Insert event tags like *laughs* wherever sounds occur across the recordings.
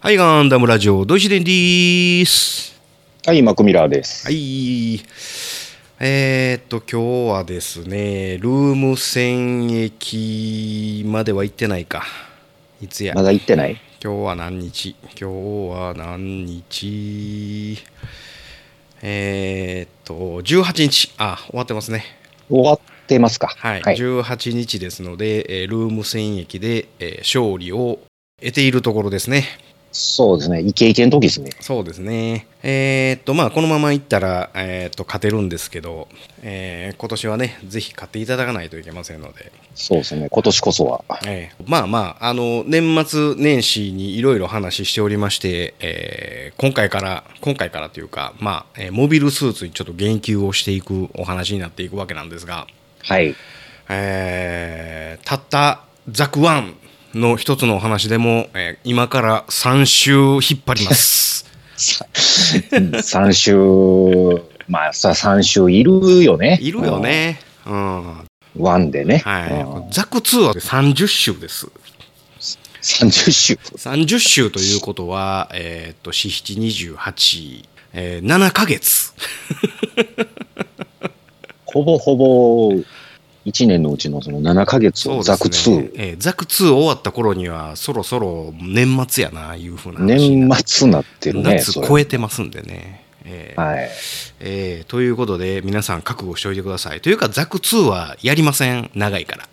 はい、ガンダムラジオ、ドイシデンでーす。はい、マクミラーです。はい。えー、っと、今日はですね、ルーム戦駅までは行ってないか。いつや。まだ行ってない今日は何日今日は何日えー、っと、18日。あ、終わってますね。終わってますかはい、はい。 18日ですので、えールーム戦役で、えー勝利を得ているところですね。そうですね。イケイケの時ですね。そうですね。えーっと、まあ、このままいったら、えーっと、勝てるんですけど、えー今年はね、ぜひ勝っていただかないといけませんので、そうですね。今年こそは。えーまあまあ、あの、年末年始にいろいろ話しておりまして、えー今回から、今回からというか、まあ、えーモビルスーツにちょっと言及をしていくお話になっていくわけなんですが、はい。えーたったザクワンの一つのお話でも、えー今から3週引っ張ります。 *laughs* 3週、 *laughs* まあさ、3週いるよね。いるよね。うん。うん。ワンでね。うんはい。ザク2は30週です。 30週。 30週ということは、えーっと、4、7、28、えー、7ヶ月。ほぼほぼ、1年のうちのその7ヶ月をザク2。えーザク2終わった頃には、そろそろ年末やな、いうふうな話に年なって。末になってるね。夏それ超えてますんでね。えーはい。えーということで、皆さん覚悟しておいてください。というか、ザク2はやりません。長いから。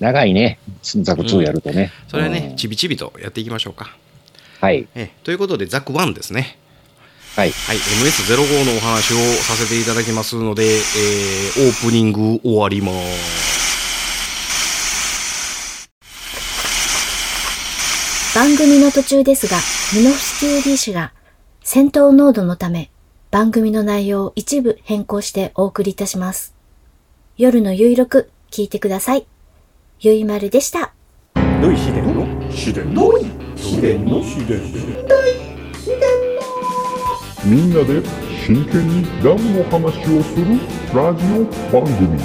長いね。ザク2やるとね。それはねう、んちびちびとやっていきましょうか。はい。えーということで、ザク1ですね。はい。はい、MS05 のお話をさせていただきますので、えーオープニング終わります。番組の途中ですが、ミノフスキュー D 氏が戦闘濃度のため番組の内容を一部変更してお送りいたします。夜のゆいろく聞いてください。ゆいまるでした。どい秘伝の秘伝の秘伝の秘伝みんなで真剣にダムの話をするラジオ番組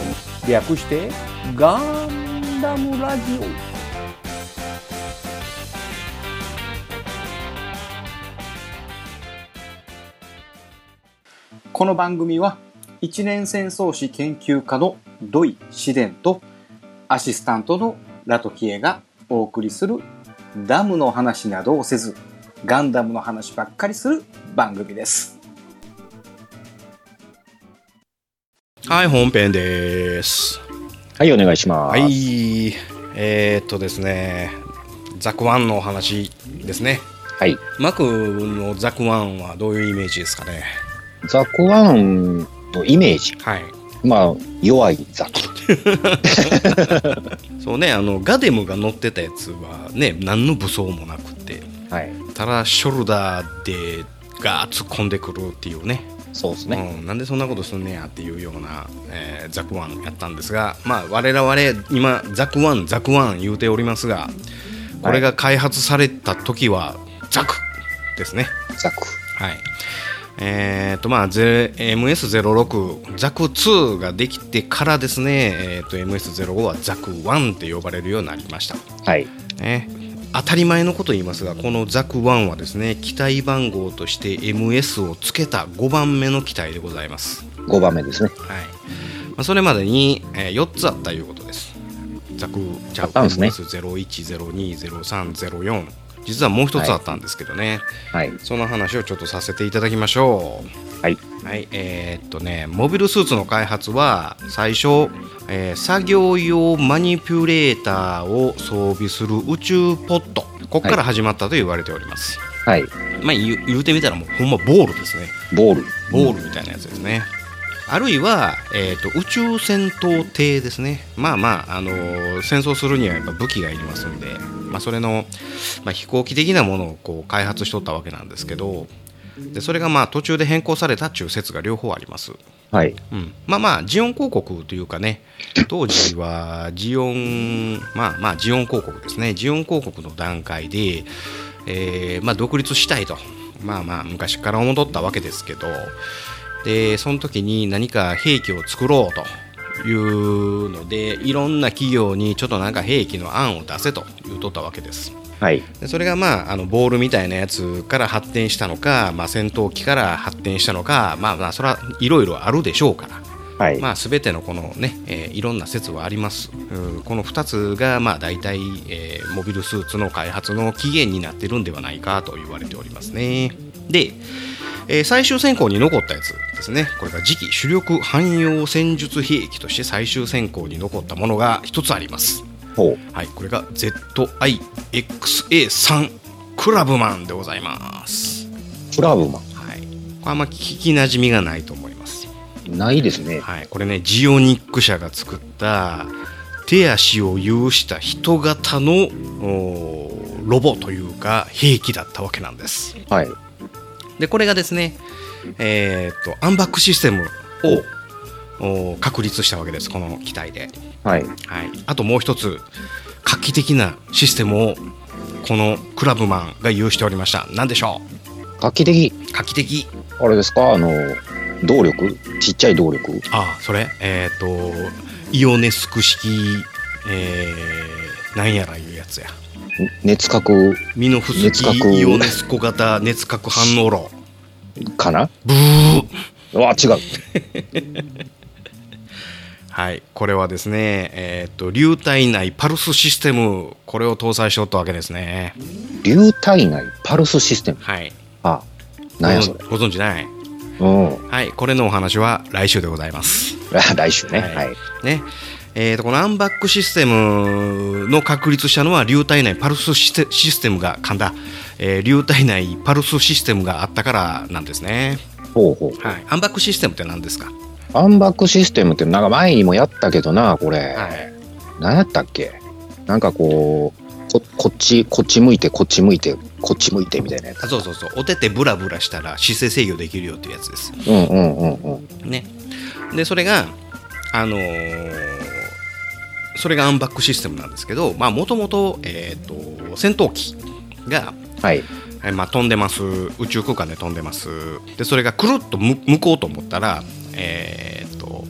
略してガンダムラジオこの番組は一年戦争史研究家の土井紫伝とアシスタントのラトキエがお送りするダムの話などをせずガンダムの話ばっかりする番組です。はい、本編です。はい、お願いしまはす。い、えー、っとですね、ザク1のお話ですね。はい。マクのザク1はどういうイメージですかね。ザクワンのイメージ。はい。まあ、弱いザク。そうね、あの、ガデムが乗ってたやつはね、何の武装もなくて、はい。ただショルダーでガーッ突っ込んでくるっていうね。そうですね。うん、なんでそんなことすんねやっていうような、えーザクワンやったんですが、まあ、我々今ザクワンザクワン言うておりますがこれが開発された時はザクですねザク。はいえーとまあ、ゼ MS06 ザク2ができてからですね、えー、と MS05 はザク1って呼ばれるようになりましたはい。ね、当たり前のことを言いますがこのザク1はですね機体番号として MS をつけた5番目の機体でございます、 5番目ですね。はいまあ、それまでに、え4つあったということですザクじゃあったんですね MS01020304 実はもう一つあったんですけどね、はい。その話をちょっとさせていただきましょうはい、はい、えーっとねモビルスーツの開発は最初、えー作業用マニピュレーターを装備する宇宙ポットここから始まったと言われております、はい。まあ言う言うてみたらもうほんまボールですねボール。ボールみたいなやつですね、あるいは、えーっと宇宙戦闘艇ですねまあまあ、あのー戦争するにはやっぱ武器がいりますんで、まあ、それの、まあ、飛行機的なものをこう開発しとったわけなんですけどでそれがまあ途中で変更されたっていう説が両方あります、はい。うん、まあまあジオン広告というかね当時はジオンまあまあジオン広告ですねジオン広告の段階で、えーまあ、独立したいとまあまあ昔から思っとったわけですけどでその時に何か兵器を作ろうというのでいろんな企業にちょっとなんか兵器の案を出せと言うとったわけですはい。でそれが、まあ、あのボールみたいなやつから発展したのか、まあ、戦闘機から発展したのか、まあ、まあそれはいろいろあるでしょうから。はい。まあ、全てのこの、ねえーいろんな説はあります、うんこの2つがまあ大体、えーモビルスーツの開発の起源になってるんではないかと言われておりますね。で、えー最終選考に残ったやつですね、これが次期主力汎用戦術兵器として最終選考に残ったものが1つあります。ほう。はい、これが ZIXA3 クラブマンでございます。クラブマはい、これあんま聞きなじみがないと思います。ン。ないですね。はい、これねジオニック社が作った手足を有した人型のおーロボというか兵器だったわけなんですはい。でこれがですねえーっとアンバックシステムをおー確立したわけですこの機体で、はい。はい、あともう一つ画期的なシステムをこのクラブマンが有しておりました何でしょ画期的。う画期的あれですかあの、動力ちっちゃい動力ああそれえっ、とイオネスク式えー、なんやらいうやつや熱核ミノフス熱キ核イオネスコ型熱核反応炉かなブーうわ、違う。はいこれはですねえっ、と流体内パルスシステムこれを搭載しとったわけですね流体内パルスシステム。はいあ、なんやそれ。ご存ご存知ないうん。はいこれのお話は来週でございます来週ね。はいはい。ねえー、とこのアンバックシステムの確立したのは流体内パルスシステシステムが噛んだ、えー流体内パルスシステムがあったからなんですね、ほうほう。はい、アンバックシステムって何ですか、アンバックシステムってなんか前にもやったけどな、これ。はい、何やったっけなんかこう、ここっち、こっち向いて、こっち向いて、こっち向いてみたいなやつ。あそうそうそうお手手ブラブラしたら姿勢制御できるよっていうやつですうんうんうんうん。ねでそれがあのーそれがアンバックシステムなんですけどまあもともとえっ、と戦闘機がはい。はいまあ、飛んでます宇宙空間で飛んでますでそれがくるっとむ向こうと思ったらえーっと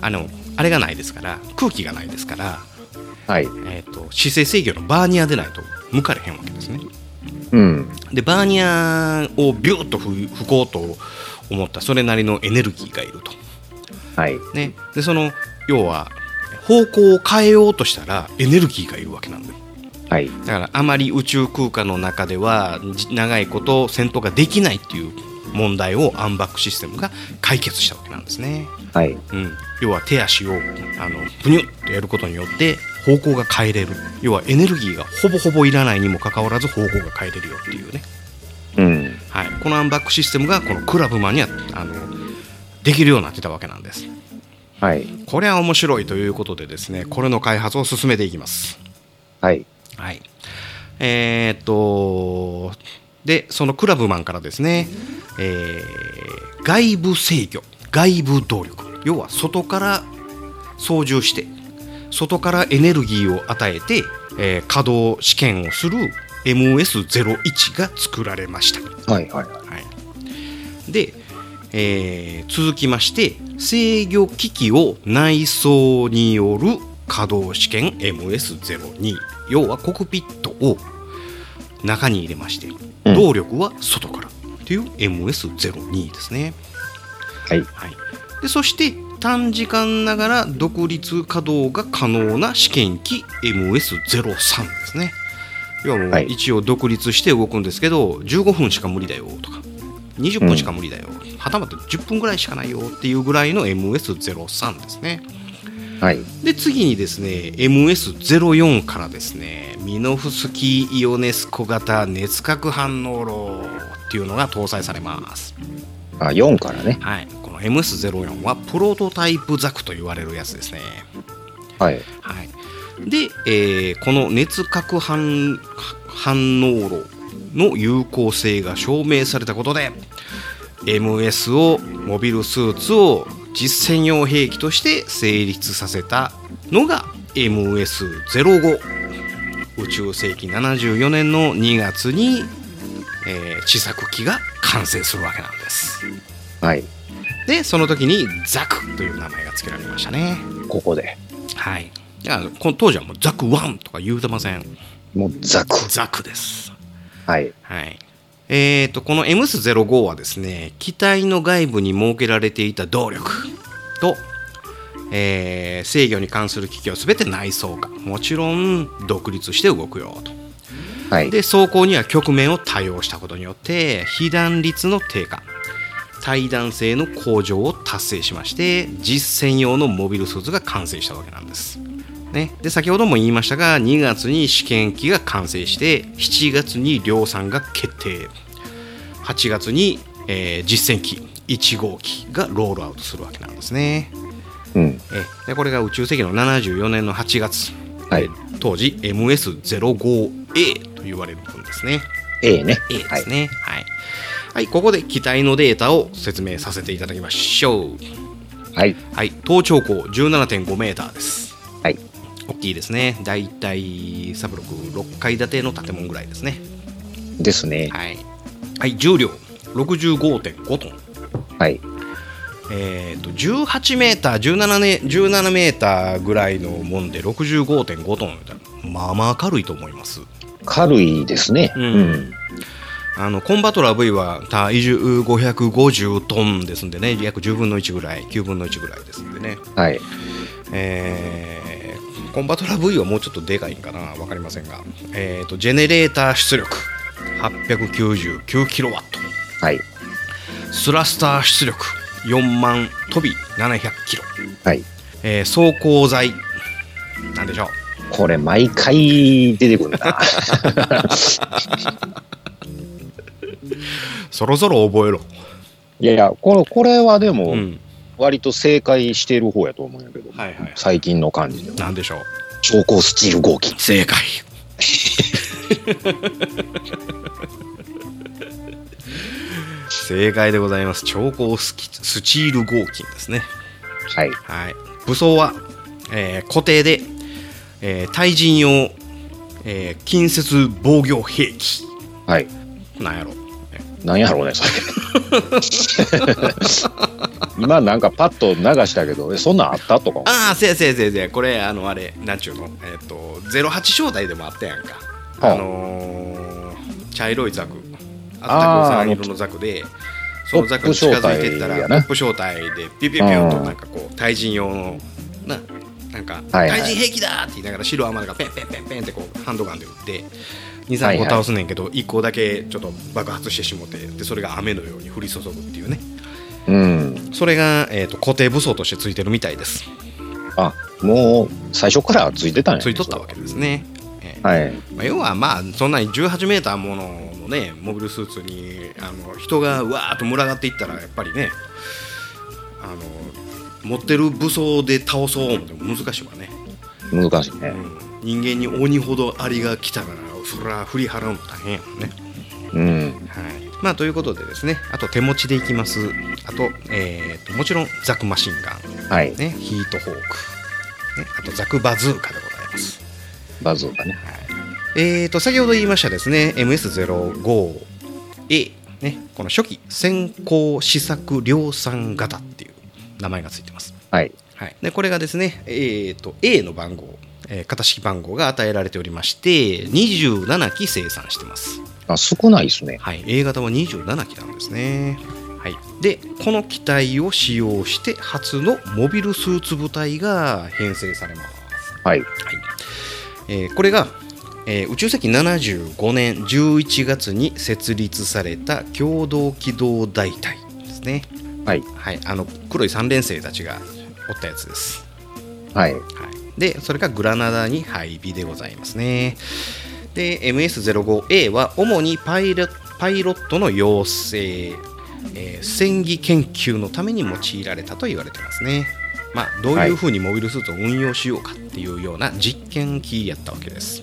あのあれがないですから空気がないですから、はい。えーっと姿勢制御のバーニアでないと向かれへんわけですねうん。でバーニアをビューッと吹吹こうと思ったそれなりのエネルギーがいると、はい。ね、でその要は方向を変えようとしたらエネルギーがいるわけなんではい。だからあまり宇宙空間の中ではじ長いこと戦闘ができないっていう問題をアンバックシステムが解決したわけなんですね、はい。うん、要は手足をあのブニュッとやることによって方向が変えれる要はエネルギーがほぼほぼいらないにもかかわらず方向が変えれるよっていうね、うん。はい、このアンバックシステムがこのクラブマンにはあのできるようになってたわけなんですはい。これは面白いということでですねこれの開発を進めていきますはい。はい。えーっと、で、そのクラブマンからですね、えー外部制御、外部動力、要は外から操縦して、外からエネルギーを与えて、えー稼働試験をする MS01 が作られました。はい。ははい。い、で、えー続きまして制御機器を内装による稼働試験 MS02 要はコクピットを中に入れましてうん動力は外からっていう MS02 ですね、はい。はい、でそして短時間ながら独立稼働が可能な試験機 MS03 ですね要はもはうい一応独立して動くんですけど、15分しか無理だよとか20分しか無理だよ、はたまた10分ぐらいしかないよっていうぐらいの MS03 ですねはい。で次にですね MS04 からですねミノフスキーイオネスコ型熱核反応炉っていうのが搭載されますあ、4からね。はい、この MS04 はプロトタイプザクと言われるやつですね。はい。はい、で、えーこの熱核反反応炉の有効性が証明されたことで MS をモビルスーツを実戦用兵器として成立させたのが MS05 宇宙世紀74年の2月に、えー試作機が完成するわけなんです。はい。でその時にザクという名前が付けられましたねここで。はいだからこの当時はもうザクワンとか言うてませんもうザク。ザクです。はい。はい。えー、とこの MS05 はですね機体の外部に設けられていた動力と、えー制御に関する機器を全て内装化もちろん独立して動くよとはい。で走行には局面を対応したことによって被弾率の低下対弾性の向上を達成しまして実戦用のモビルスーツが完成したわけなんです、ね、で先ほども言いましたが2月に試験機が完成して7月に量産が決定8月に、えー実戦機1号機がロールアウトするわけなんですねうん。えでこれが宇宙世紀の74年の8月、はい当時 MS05A と言われる部分ですね A ね。 A ですねはい、はいここで機体のデータを説明させていただきましょうはい。はい頭頂高17.5メーターですはい大きいですねだいたいサブロク6階建ての建物ぐらいですねですね。はい、はい、重量65.5トンはい。えー、と18メーター17ね17メーターぐらいのもんで65.5トンみたいなまあまあ軽いと思います軽いですね。ううんん。あのコンバトラー V は体重550トンですんでね約10分の1ぐらい9分の1ぐらいですんでね、はい。えーコンバトラー V はもうちょっとでかいんかな分かりませんが、えー、とジェネレーター出力899キロワットはい。スラスター出力4万飛び700キロはい。えー、走行剤なんでしょうこれ、毎回出てくるん *laughs* だ。そろそろ覚えろ、いやいや、これ、これはでうも、ん、割と正解してる方やと思うんやけど、はいはい最近の感じでは。なんでしょう超高スチール合金。正解正解でございます超高スキスチール合金ですねはい。はい武装は、えー固定で、えー対人用、えー近接防御兵器はい。なんやろなんやろうね、 *laughs* それ。今なんかパッと流したけど、え、そんなんあったとか。ああせやせやせやせやこれあのあれなんちゅうのえっ、と08招待でもあったやんか、はああのー茶色いザクああっーたあくさんの色のザクでそトのップザクに近づいてった招待らやトなップ招待でピュピュピュンとうんなんかこう対人用のななんかはいはい対人兵器だーって言いながら白アマがペンペンペンペンってこうハンドガンで撃ってはい23は個い倒すねんけど1個だけちょっと爆発してしもてでそれが雨のように降り注ぐっていうねうん。それが、えー、と固定武装としてついてるみたいですあ、もう最初からついてたんや、ね。ついとったわけですね。ええはい。まあ、要はまあそんなに18メーターもののねモビルスーツにあの人がわーっと群がっていったらやっぱりねあの持ってる武装で倒そう思っても難しいわね、難しいうね。ん、人間に鬼ほどアリが来たらそら振り払うの大変やもんね。うん。はいまあ、ということでですねあと手持ちでいきますあと,、えーともちろんザクマシンガン、はい。ね、ヒートホーク、ね、あとザクバズーカでございます。バズーカね。えー、と先ほど言いましたですね MS05A、ね、この初期先行試作量産型っていう名前がついてます、はい。はい、でこれがですね、えー、と A の番号、えー型式番号が与えられておりまして27機生産してます、あ、少ないですね。はい、A 型は27機なんですね、はい、でこの機体を使用して初のモビルスーツ部隊が編成されますはい。はいえーこれが、えー宇宙世紀75年11月に設立された共同機動大隊ですね、はい。はい、あの黒い三連星たちがおったやつです、はい。はい、でそれがグラナダに配備でございますねで MS05A は主にパイロパイロットの養成、えー戦技研究のために用いられたと言われてますねまあどういうふうにモビルスーツを運用しようかっていうような実験機やったわけです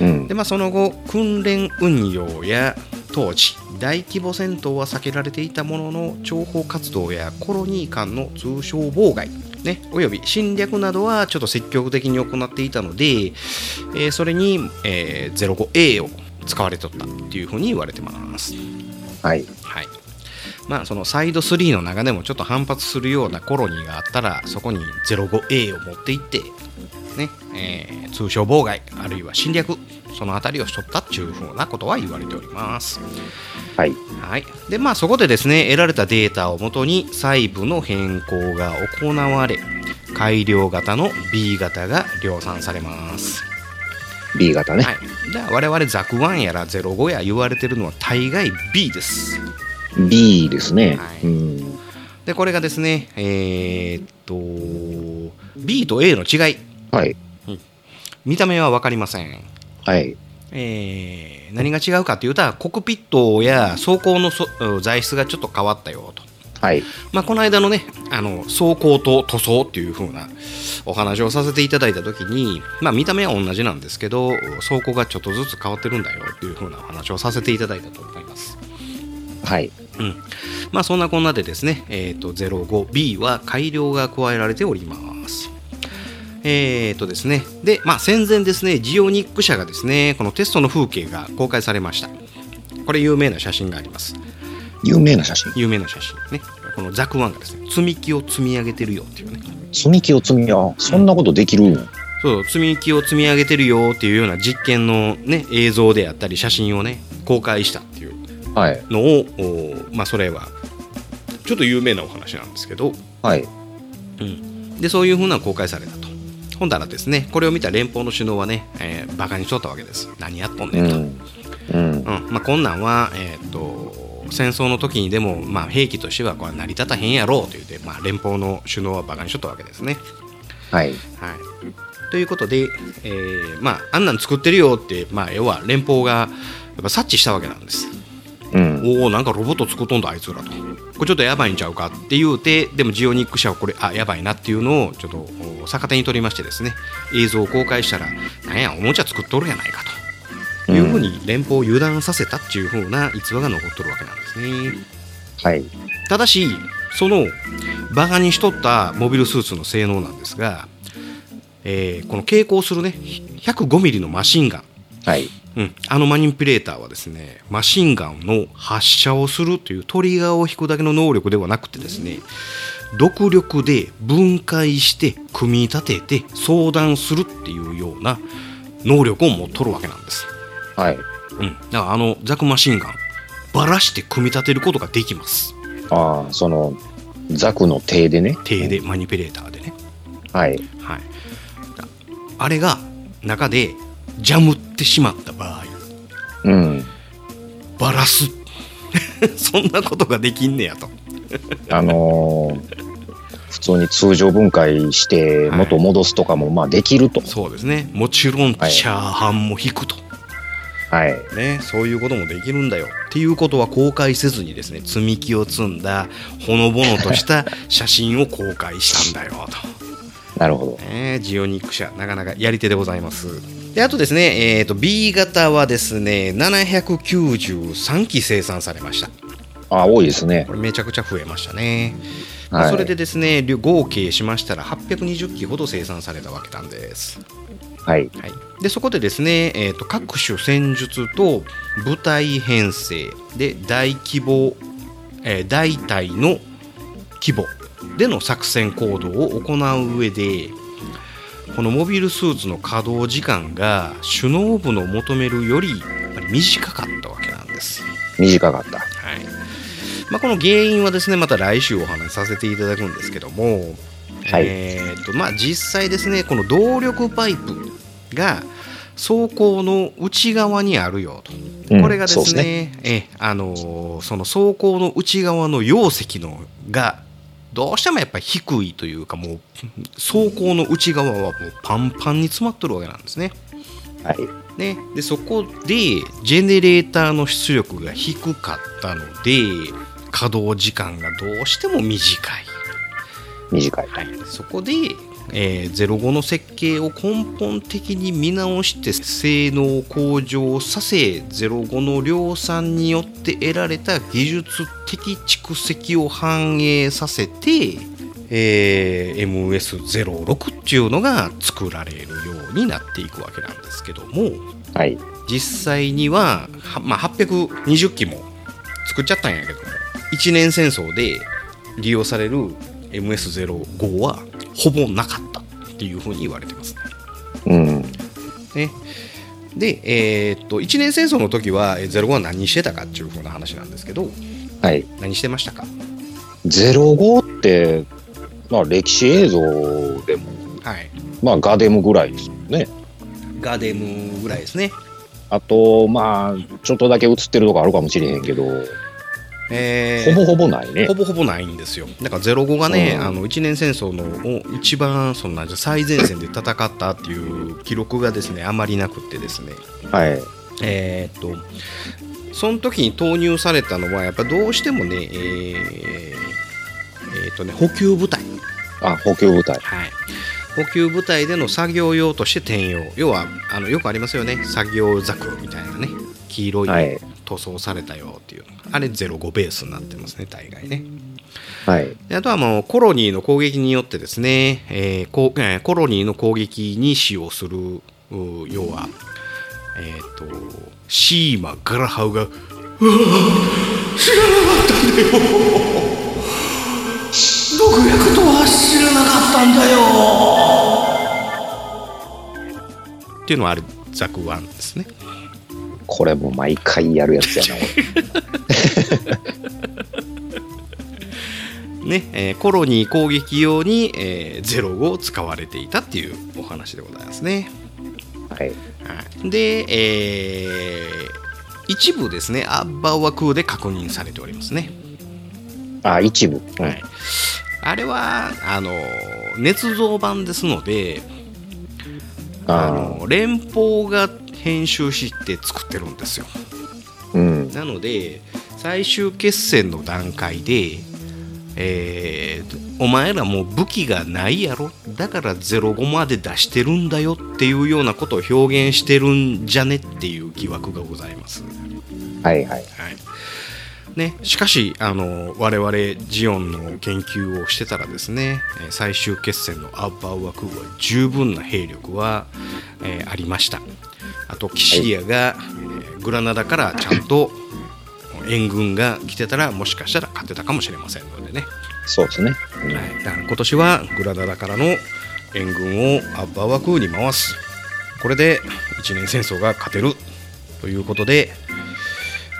うんで。まあその後訓練運用や当時大規模戦闘は避けられていたものの諜報活動やコロニー間の通商妨害ね、および侵略などはちょっと積極的に行っていたので、えーそれに、えー 05A を使われとったっていうふうに言われてます。はい。はいまあ、そのサイド3の中でもちょっと反発するようなコロニーがあったらそこに 05A を持っていって、ねえー通商妨害あるいは侵略その辺りをしとったっちゅうふうなことは言われております。はい。はいでまあ、そこでですね得られたデータをもとに細部の変更が行われ改良型の B 型が量産されます、 B 型ね。はい、じゃあ我々ザクワンやら05や言われてるのは大概 B です B ですね。はいうん。でこれがですねえーっと B と A の違いはい。見た目は分かりませんはい。えー何が違うかというとコックピットや走行のそ材質がちょっと変わったよとはい。まあ、この間のねあの走行と塗装っていう風なお話をさせていただいた時に、まあ、見た目は同じなんですけど走行がちょっとずつ変わってるんだよっていう風なお話をさせていただいたと思います。はい。うんまあ、そんなこんなでですね、えー、と 05B は改良が加えられております。えーとですね、で、まあ、戦前ですね、ジオニック社がですね、このテストの風景が公開されました。これ有名な写真があります。有名な写真。有名な写真ねこのザクワンがですね積み木を積み上げてるよっていうね積み木を積み、あ、そんなことできるんそう積み木を積み上げてるよっていうような実験のね映像であったり写真をね公開したっていうはい。のをおまあそれはちょっと有名なお話なんですけど、はい。うん、でそういうふうな公開されたとほんだらですねこれを見た連邦の首脳はね、えーバカにしとったわけです何やっとんうねんと、ん。うん。うんまあ、こんなんは、えーっと戦争の時にでも、まあ、兵器としてはこれは成り立たへんやろうと言って、まあ、連邦の首脳はバカにしとったわけですね。はい。はい、ということで、えーまあ、あんなん作ってるよって、まあ、要は連邦がやっぱ察知したわけなんです。うん。おおなんかロボット作っとんだあいつらとこれちょっとやばいんちゃうかって言うてでもジオニック社はこれあやばいなっていうのをちょっとお逆手に取りましてですね映像を公開したらなんやおもちゃ作っとるやないかというふうに連邦を油断させたっていうふうな逸話が残っとるわけなんですねはい。ただしそのバカにしとったモビルスーツの性能なんですが、えーこの携行するね105ミリのマシンガンはい。うん、あのマニピュレーターはですねマシンガンの発射をするというトリガーを引くだけの能力ではなくてですね独力で分解して組み立てて相談するっていうような能力を持っとるわけなんです、はい。うん、だからあのザクマシンガンばらして組み立てることができますああ、その、ザクの手でね。手でマニピュレーターでね、はい。はい、あれが中でジャムってしまった場合うん。バラす *laughs* そんなことができんねやとあのー、普通に通常分解してはい元戻すとかもまあできると。そうですねもちろんチャはいーハンも引くと、はい。ね、そういうこともできるんだよっていうことは公開せずにですね積み木を積んだほのぼのと *laughs* した写真を公開したんだよなるほどと、。ね、ジオニック社なかなかやり手でございますであとですね、えー、と B 型はですね793機生産されましたあ、多いですねこ。れめちゃくちゃ増えましたね、まあはい。それでですねりょ合計しましたら820機ほど生産されたわけなんですはい。はい、でそこでですね、えー、と各種戦術と部隊編成で大規模、えー大隊の規模での作戦行動を行う上でこのモビルスーツの稼働時間が首脳部の求めるよりやっぱり短かったわけなんです。短かった。はいまあ、この原因はですねまた来週お話しさせていただくんですけども、はいえーとまあ、実際ですねこの動力パイプが走行の内側にあるよと、うんこれがでそうすねえあのーその走行の内側の容積のがどうしてもやっぱり低いというかもう走行の内側はもうパンパンに詰まっとるわけなんですね。はい。ね、でそこでジェネレーターの出力が低かったので稼働時間がどうしても短い、短い。はい、そこで、えー05の設計を根本的に見直して性能を向上させ05の量産によって得られた技術的蓄積を反映させて、えー MS06 っていうのが作られるようになっていくわけなんですけども。はい。実際には、はまあ、820機も作っちゃったんやけども1年戦争で利用される MS05 はほぼなかったっていうふうに言われてますうん。ね。で、えーっと1年戦争の時はえー05は何してたかっていうふうな話なんですけどはい。何してましたか05って、まあ歴史映像でも、はいまあガデムぐらいですよね。ガデムぐらいですねあと、まあ、ちょっとだけ映ってるとこあるかもしれへんけど、えほーぼほぼないねほ。ぼほぼないんですよだから05がね、うんあの1年戦争のお一番そんな最前線で戦ったっていう記録がですねあまりなくってですねはい。えーっとその時に投入されたのはやっぱどうしてもねえーえーっとね補給部隊あ、補給部隊。はい、補給部隊での作業用として転用要はあのよくありますよね作業ザクみたいなね黄色はいい塗装されたよっていうのが、あれ05ベースになってますね大概ねはい。であとはもうコロニーの攻撃によってですね、えーこうえーコロニーの攻撃に使用するうー要はえっ、とシーマガラハウがっていうのはあれザクワンですねこれも毎回やるやつやな、俺ね、えーコロニー攻撃用に、えー、05を使われていたっていうお話でございますね。はい。はい、で、えー一部ですね、アッバオワ空で確認されておりますね。あ、一部。うんはい、あれは、あの、捏造版ですので、ああの連邦が編集して作ってるんですよ。ーうん。なので最終決戦の段階で、えーお前らもう武器がないやろだから05まで出してるんだよっていうようなことを表現してるんじゃねっていう疑惑がございます。はいははい。いね、しかしあの我々ジオンの研究をしてたらですねえー最終決戦のアッバウア空は十分な兵力は、えーありましたあとキシリアが、えーグラナダからちゃんと援軍が来てたらもしかしたら勝てたかもしれませんのでね、そうですね。うんはい、だから今年はグラナダからの援軍をアッバウア空に回すこれで一年戦争が勝てるということで、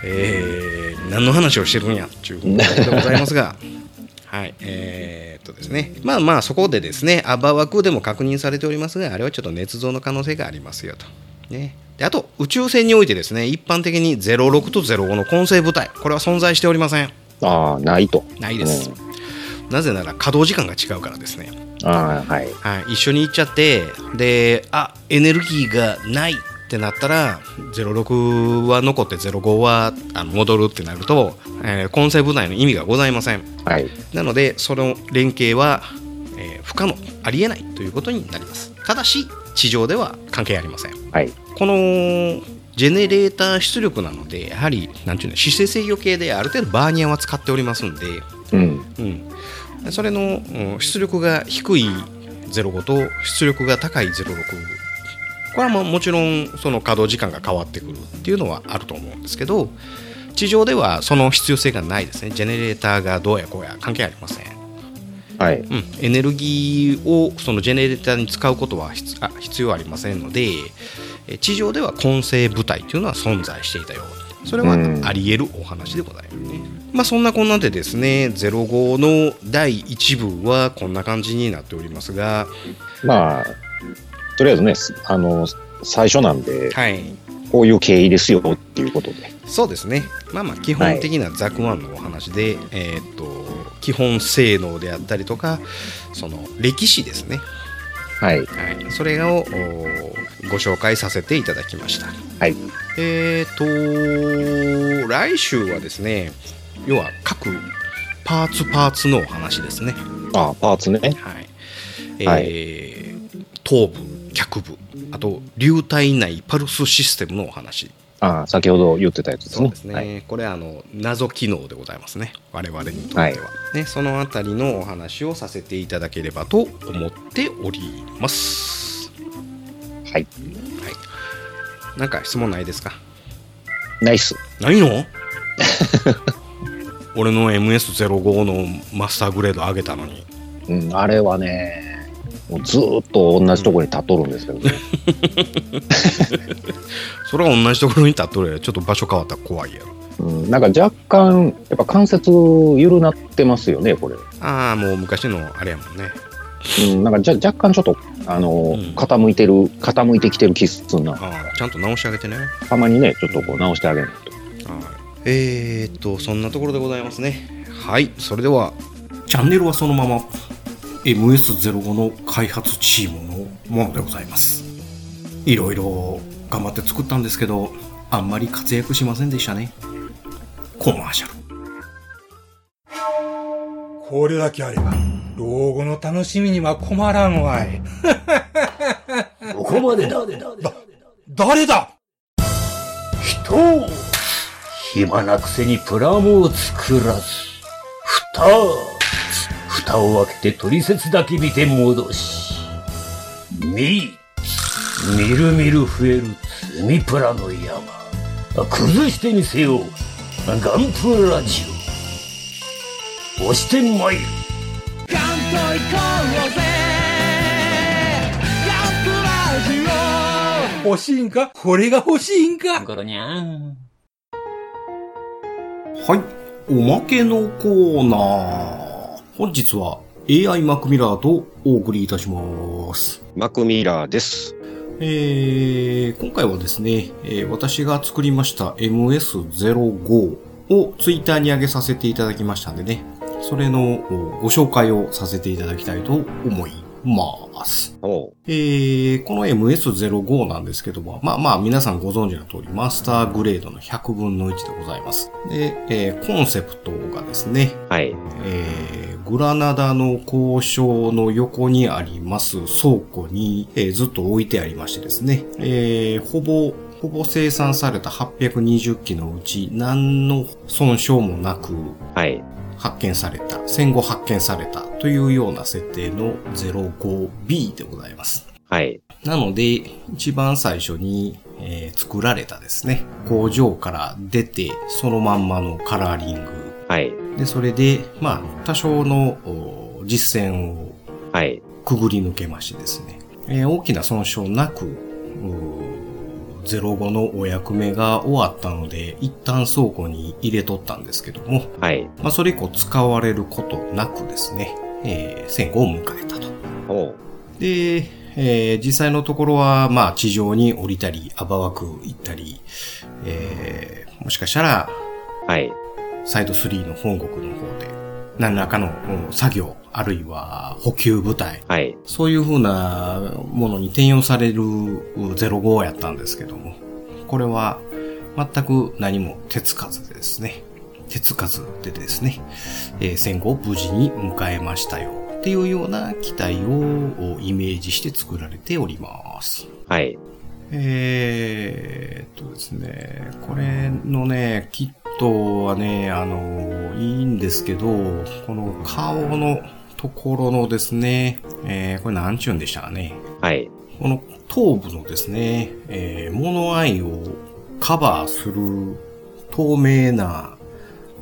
えー何の話をしてるんやっていうことでございますが *laughs* はいえーっとですねまあまあそこでですねアッバウア空でも確認されておりますがあれはちょっと捏造の可能性がありますよと。ねであと宇宙船においてですね一般的に06と05の混成部隊これは存在しておりませんああ、ないと。ないです、うんなぜなら稼働時間が違うからですねああ、はい。はい、一緒に行っちゃってであエネルギーがないってなったら06は残って05はあの戻るってなると、えー、混成部内の意味がございませんはい。なのでその連携は、えー不可能ありえないということになりますただし地上では関係ありませんはい。このジェネレーター出力なのでやはりなんていうの姿勢制御系である程度バーニアは使っておりますんでうん。うん、それのうん出力が低い05と出力が高い06これはもうもちろんその稼働時間が変わってくるっていうのはあると思うんですけど地上ではその必要性がないですねジェネレーターがどうやこうや関係ありません、はい。うん、エネルギーをそのジェネレーターに使うことは必あ必要ありませんのでえ地上では混成部隊というのは存在していたようそれはうんあり得るお話でございますね、まあそんなこんなでですね05の第1部はこんな感じになっておりますがまあ、とりあえずね、すあの、最初なんで、はいこういう経緯ですよっていうことで。そうですねまあまあ基本的なザクワンのお話で、えーっと基本性能であったりとかその歴史ですねはい。はい、それをおーご紹介させていただきました。はい、えーと来週はですね要は各パーツパーツのお話ですね。ああ、パーツね。はいえーは頭部脚部あと流体内パルスシステムのお話ああ、先ほど言ってたやつですそうね。ですね、はい。これあの謎機能でございますね我々にとっては、はいね、そのあたりのお話をさせていただければと思っておりますはい。はい。なんか質問ないですかナイス。ないの *laughs* 俺の MS05 のマスターグレード上げたのに。うん、あれはね、もうずーっと同じところに立っとるんですけ *laughs* ど、ねそれは同じところに立っとるやろちょっと場所変わったら怖いやろうん、なんか若干やっぱ関節緩なってますよねこれ、ああもう昔のあれやもんねうん、なんかじゃ若干ちょっとあの、ん傾いてる傾いてきてる気質なああちゃんと直してあげてねたまにねちょっとこう直してあげないとはい、えー、っとそんなところでございますねはいそれではチャンネルはそのまま MS05 の開発チームのものでございますいろいろ頑張って作ったんですけどあんまり活躍しませんでしたねコマーシャルこれだけあれば、老後の楽しみには困らんわい。ここまでだ。誰だ人を暇なくせにプラモを作らず、蓋を、蓋を開けて取説だけ見て戻し、見、みるみる増える積みプラの山、崩してみせよう、ガンプラジオ、押してまいる。欲しいんかこれが欲しいんかはいおまけのコーナー本日は AI マクミラーとお送りいたしますマクミラーですえー今回はですね、えー私が作りました MS05 をツイッターに上げさせていただきましたんでね、それのおご紹介をさせていただきたいと思います。おうえーこの MS05 なんですけども、まあまあ皆さんご存知の通り、マスターグレードの100分の1でございます。で、えーコンセプトがですね、はいえーグラナダの交渉の横にあります倉庫に、えーずっと置いてありましてですね、えーほぼ、ほぼ生産された820機のうち何の損傷もなくはい発見された、戦後発見されたというような設定の 05B でございます。はいなので、一番最初に、えー作られたですね、工場から出てそのまんまのカラーリング、はいで、それで、まあ、多少のお実践をはいくぐり抜けましてですね、えー大きな損傷なく、うー05のお役目が終わったので、一旦倉庫に入れとったんですけども、はいまあ、それ以降使われることなくですね、えー戦後を迎えたと。おうで、えー実際のところは、まあ、地上に降りたり、あばわく行ったり、えーもしかしたら、はいサイド3の本国の方で、何らかのうん作業、あるいは補給部隊、はいそういう風なものに転用されるう05やったんですけども、これは全く何も手つかずでですね、手つかずでですね、えー戦後を無事に迎えましたよっていうような機体をイメージして作られております。はいえーっとですね、これのね、キットはね、あの、いいんですけど、この顔のところのですね、えーこれなんちゅうんでしたかね。はいこの頭部のですね、えー物合いをカバーする透明な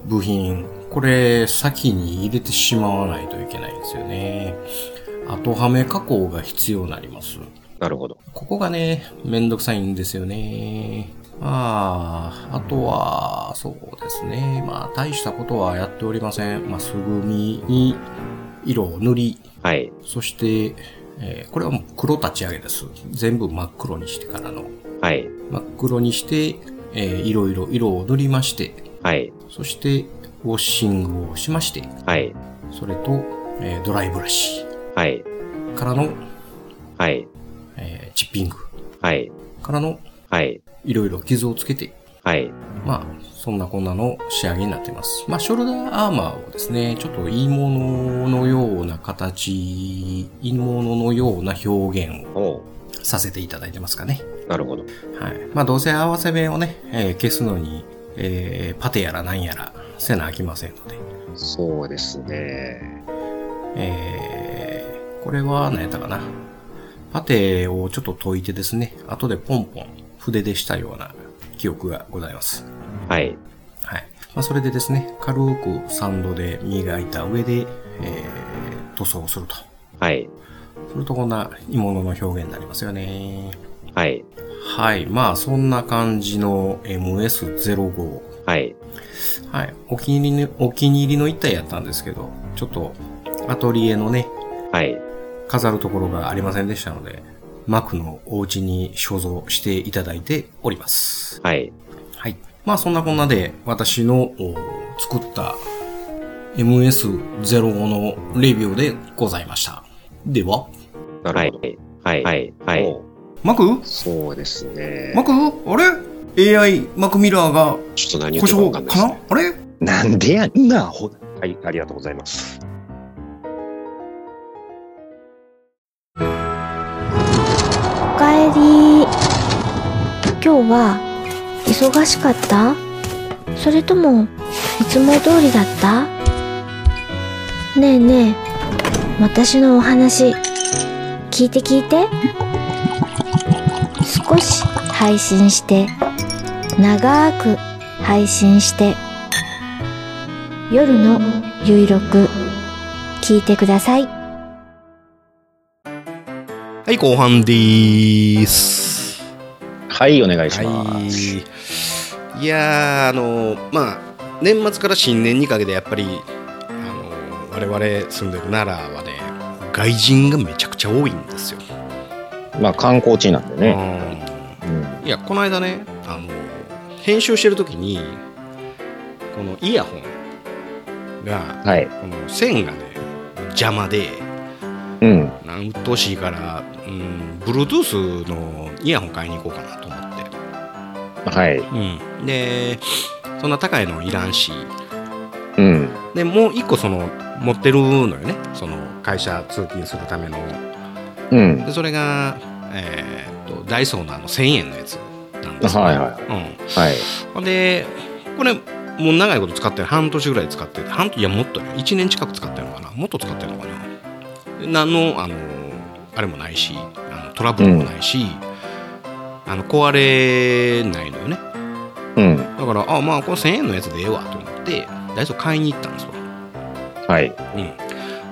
部品、これ先に入れてしまわないといけないんですよね。後はめ加工が必要になります。なるほどここがね、めんどくさいんですよね。ああ、あとは、そうですね。まあ、大したことはやっておりません。まあ、素組みに色を塗り、はいそして、えーこれはもう黒立ち上げです。全部真っ黒にしてからの。はい真っ黒にして、えー、いろいろ色を塗りまして、はいそして、ウォッシングをしまして、はいそれと、えードライブラシはいからの、はいえーチッピングはいからの、はいいろいろ傷をつけて、はいまあ、そんなこんなの仕上げになってます。まあ、ショルダーアーマーをですね、ちょっといいもののような形、いいもののような表現をおうさせていただいてますかね。なるほどはい。まあ、どうせ合わせ目をね、えー消すのに、えーパテやらなんやらせなあきませんので、そうですねえーこれは何やったかな。パテをちょっと解いてですね、後でポンポン筆でしたような記憶がございます。はいはい。まあ、それでですね、軽くサンドで磨いた上で、えー塗装をすると。はいするとこんな鋳物の表現になりますよね。はい。はい。まあ、そんな感じの MS05。はい。はい。お気に入りの、お気に入りの一体やったんですけど、ちょっと、アトリエのね、はい。飾るところがありませんでしたので、マクのお家に所蔵していただいております。はい。はい。まあそんなこんなで私のお作った MS05 のレビューでございました。では、なはるいほど。。はい。はい。はい。おマクそうですね。マクあれ ?AI マクミラーがちょっと何言故ってるかわ障かかんなないですね。なあれんでやんな、ほはい。ありがとうございます。おかえり今日は忙しかったそれともいつも通りだったねえねえ私のお話聞いて聞いて少し配信して長く配信して夜のゆいろく聞いてくださいはい、後半でーす。はい、お願いします。はい。いやー、あのーまあ、年末から新年にかけて、やっぱり、あのー我々住んでる奈良はね、外人がめちゃくちゃ多いんですよ。まあ、観光地なんでね。うんうんいや、この間ね、あのー編集してる時に、このイヤホンが、はい。この線がね、邪魔で、うん。なんうっとうしいから、うん、Bluetooth のイヤホン買いに行こうかなと思って。はい。うん、でそんな高いのいらんしうん。でもう一個その持ってるのよねその会社通勤するためのうん。でそれが、えーっとダイソーのあの1000円のやつなんですよはいはうい。はい。ん、ほんでこれもう長いこと使ってる半年ぐらい使ってて半年いやもっと1年近く使ってるのかなもっと使ってるのかなで何のあのあれもないしあのトラブルもないし、あの壊れないのよねうん。だから、あ、まあ、この1000円のやつでええわと思って、ダイソー買いに行ったんですわ。はい。うん。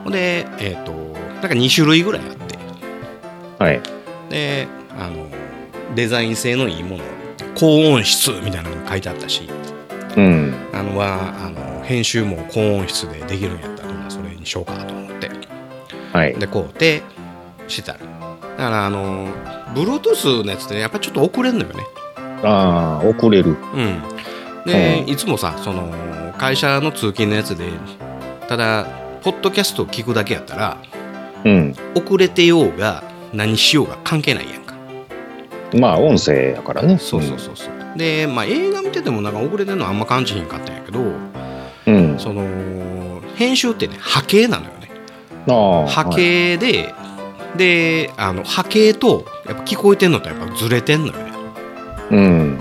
ほんで、えっ、と、なんか2種類ぐらいあって、はい。で、あの、デザイン性のいいもの、高音質みたいなのも書いてあったし、うん。あのは、あの、編集も高音質でできるんやったら、まあそれにしようかと思って。はい。で、こうて、してたら。だから、あの、Bluetooth のやつってね、やっぱちょっと遅れんのよね。ああ、遅れる。うん、で、うんいつもさその会社の通勤のやつでただポッドキャストを聞くだけやったらうん。遅れてようが何しようが関係ないやんかまあ、音声やからね。そうそうそうそうで、まあ、映画見ててもなんか遅れてるのはあんま感じひんかったんやけどうん。うん。その編集ってね波形なのよねああ。波はい。形で、であの波形とやっぱ聞こえてんのとやっぱずれてんのよねうん。うん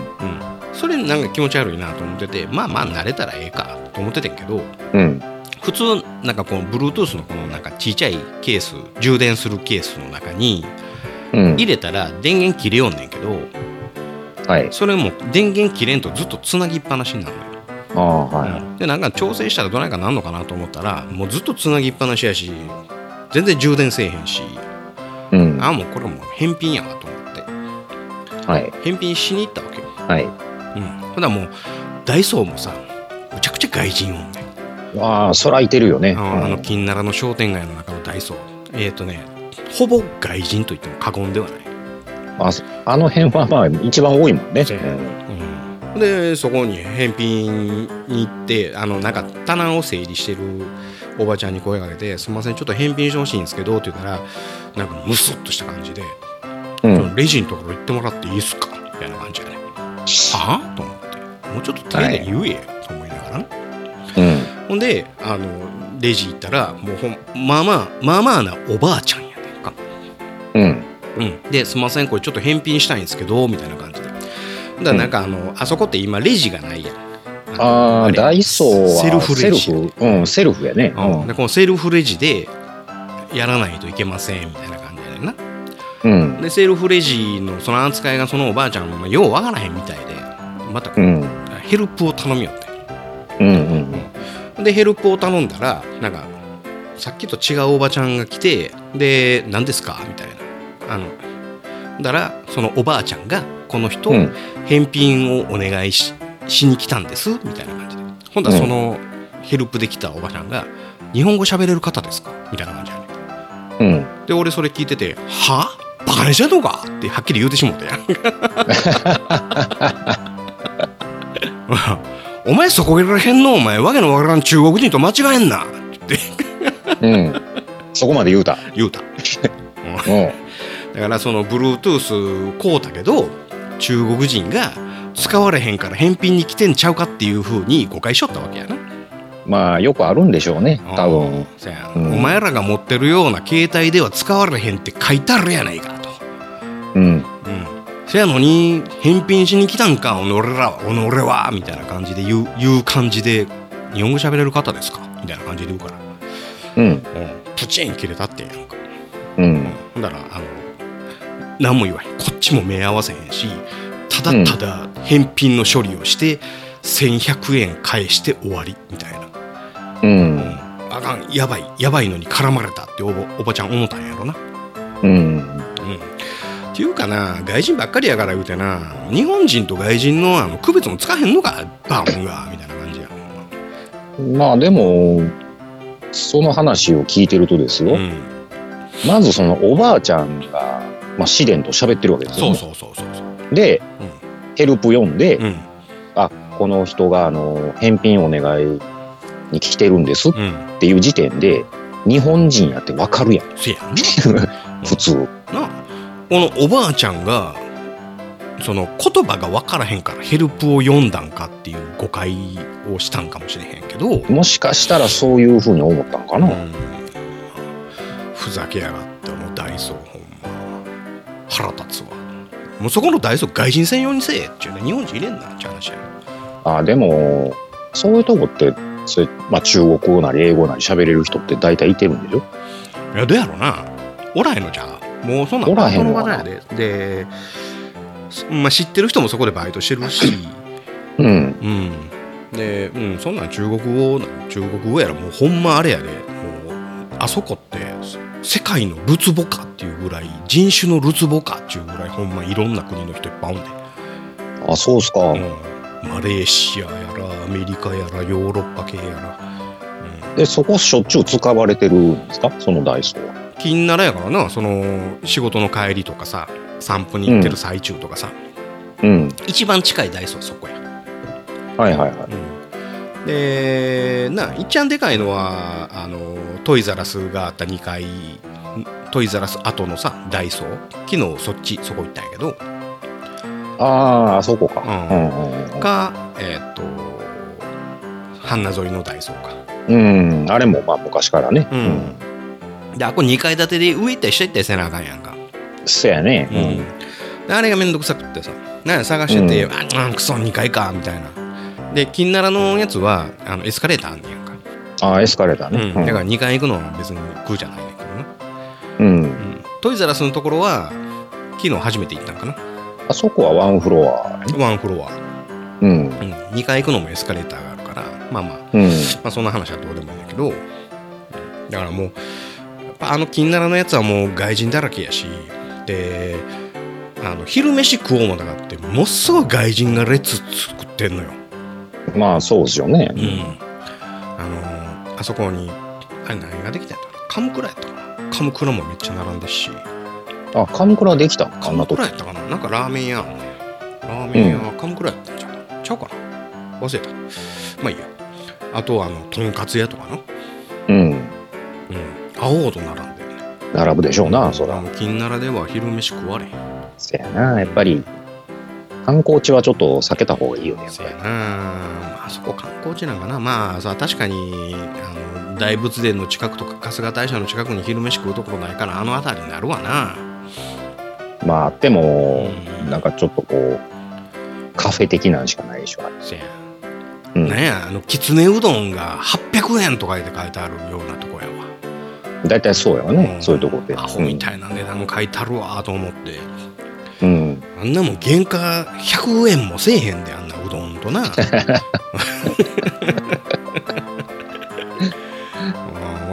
それなんか気持ち悪いなと思っててまあまあ慣れたらええかと思っててんけどうん。普通なんかこの Bluetooth のこのなんかちっちゃいケース充電するケースの中にうん入。れたら電源切れよんねんけどはい。それも電源切れんとずっとつなぎっぱなしになるのよ、ああ、はでなんか調整したらどないかなんのかなと思ったらもうずっとつなぎっぱなしやし全然充電せえへんしい。うん。ああもうこれもう返品やわと思ってはい。返品しに行ったわけよ、はい。うん、ほんならもうダイソーもさむちゃくちゃ外人おんねんああ、そらいてるよね。ああのうん金奈良の商店街の中のダイソーえっ、とねほぼ外人と言っても過言ではない、あそあの辺はまあ一番多いもんね。そううん、でそこに返品に行ってあのなんか棚を整理してるおばちゃんに声かけて「すみませんちょっと返品してほしいんですけど」って言ったらなんかムスッとした感じで「うんそのレジのところ行ってもらっていいですか?」みたいな感じやねはあと思ってもうちょっと丁寧に言えよと思いながらねうん。ほんであのレジ行ったらもうほんまあまあまあまあなおばあちゃんやねんかうん。うん、で「すみませんこれちょっと返品したいんですけど」みたいな感じでだからなんかあの、あそこって今レジがないやんああ、れダイソーはセルフレジセルフうん、セルフやね。うんでこのセルフレジでやらないといけませんみたいな感じやねんなうん。うん。でセルフレジのその扱いがそのおばあちゃんもようわからへんみたいでまたうん。ヘルプを頼みよってうん。うん。でヘルプを頼んだらなんかさっきと違うおばちゃんが来てで何ですかみたいなあのだからそのおばあちゃんがこの人、うん返品をお願いししに来たんですみたいな感じで今度はそのヘルプできたおばあちゃんが「日本語喋れる方ですか?」みたいな感じやねうん。で俺それ聞いてて「はバカにしてんのか?」ってはっきり言うて *laughs* しもうたやんお前そこらへんのお前わけのわからん中国人と間違えんなってうん。そこまで言うた。言うたうん。だからその Bluetooth こうたけど中国人が使われへんから返品に来てんちゃうかっていうふうに誤解しとったわけやなまあ、よくあるんでしょうね。多うん分。そやうんお前らが持ってるような携帯では使われへんって書いてあるやないかとうん。うんせやのに返品しに来たんか俺らは俺はみたいな感じで言う言う感じで日本語喋れる方ですかみたいな感じで言うからうん。プチン切れたってんやんかうん。ほんだらあの何も言わへんこっちも目合わせへんしただただ返品の処理をして、1100円返して終わりみたいな、うん。あかんやばいやばいのに絡まれたっておぼおばちゃん思ったんやろなうん。うんっていうかな外人ばっかりやから言うてな日本人と外人のあの区別もつかへんのかバーモンがみたいな感じやまあ、でも、その話を聞いてるとですよ。うん、まずそのおばあちゃんが、まあ、試練と喋ってるわけですよ、そね。うそうそうそうそうで、うんヘルプ読んで、うんあ、この人が、あの、返品お願いに来てるんですっうんていう時点で、日本人やってわかるやん、せやん普通。ななこのおばあちゃんがその言葉が分からへんからヘルプを読んだんかっていう誤解をしたんかもしれへんけど、もしかしたらそういうふうに思ったんかうな。んふざけやがってもうダイソーほんま腹立つわもうそこのダイソー外人専用にせえっていうね日本人入れんなって話やあ、でも、そういうとこって、それまあ、中国語なり英語なり喋れる人って大体いてるんでしょいやどうやろなおらへんのじゃあもうそんなんおらへんのかバイなトの方やでで、すまあ、知ってる人もそこでバイトして *laughs* るしうん。うんで、うん、そんなん中国語なん中国語やらもうほんまあれやでもうあそこって世界のルツボかっていうぐらい人種のルツボかっていうぐらいほんまいろんな国の人いっぱいおんであ、そうっすか。うんマレーシアやらアメリカやらヨーロッパ系やら、で、そこしょっちゅう使われてるんですかそのダイソーうは。ん、金ならやからなその仕事の帰りとかさ散歩に行ってる最中とかさ、うん。一番近いダイソーそこや、はいはいはい。うん、でないっちゃんでかいのはあのトイザラスがあった2階トイザラス後のさダイソー昨日そっちそこ行ったんやけどああ、あそこか。ううんんうんかえーっと半ナ沿いのダイソーかうん。うん。あれもまあ昔からね。うん。で、あこれ2階建てで上行ったり下行ったりせなあかんやんか。そやね。であれがめんどくさくってさ、なんや探してて、うんああ、クソ2階か、みたいな。で、金ならのやつはあのエスカレーターあんねやんか。ああ、エスカレーターうねん。うんだから2階行くのは別に苦じゃないんだけどな。うん。うんトイザラスのところは、昨日初めて行ったんかな。あそこはワンフロア。ワンフロア。うん。うん、2階行くのもエスカレーターがあるから、まあまあ、うん。まあ、そんな話はどうでもいいんだけど、だからもう、やっぱあの金ならのやつはもう外人だらけやし、で、あの昼飯食おうもなかって、もっすごい外人が列作ってんのよ。まあそうですよね。うん。あのーあそこに、あれ何ができたんやったかなカムクラやったかなカムクラもめっちゃ並んでるし、あ、カムクラできたんかあんなカムクとこラ。やったかななんかラーメン屋あんねラーメン屋はカムクラやったんちゃうかなちゃうかな忘れた。まあいいや。あとは、あの、とんかつ屋とかな。ううん。ん。青うと並んでるね。並ぶでしょうな、そあら。の金ならでは昼飯食われへんそやな、やっぱり。観光地はちょっと避けた方がいいよね、やっせぱやな、りまあそこ観光地なんかなまあさ確かにあの大仏殿の近くとか春日大社の近くに昼飯食うところないからあの辺りになるわなまああっても、うんなんかちょっとこう、カフェ的なんしかないでしょ。せや、うんなんやあのきつねうどんが800円とかで書いてあるようなとこやわ、大体そうやわね、んそういうとこって。アホみたいな値段書いてあるわと思ってうん。あんなもん原価100円もせえへんであんなうどんとな *laughs* うん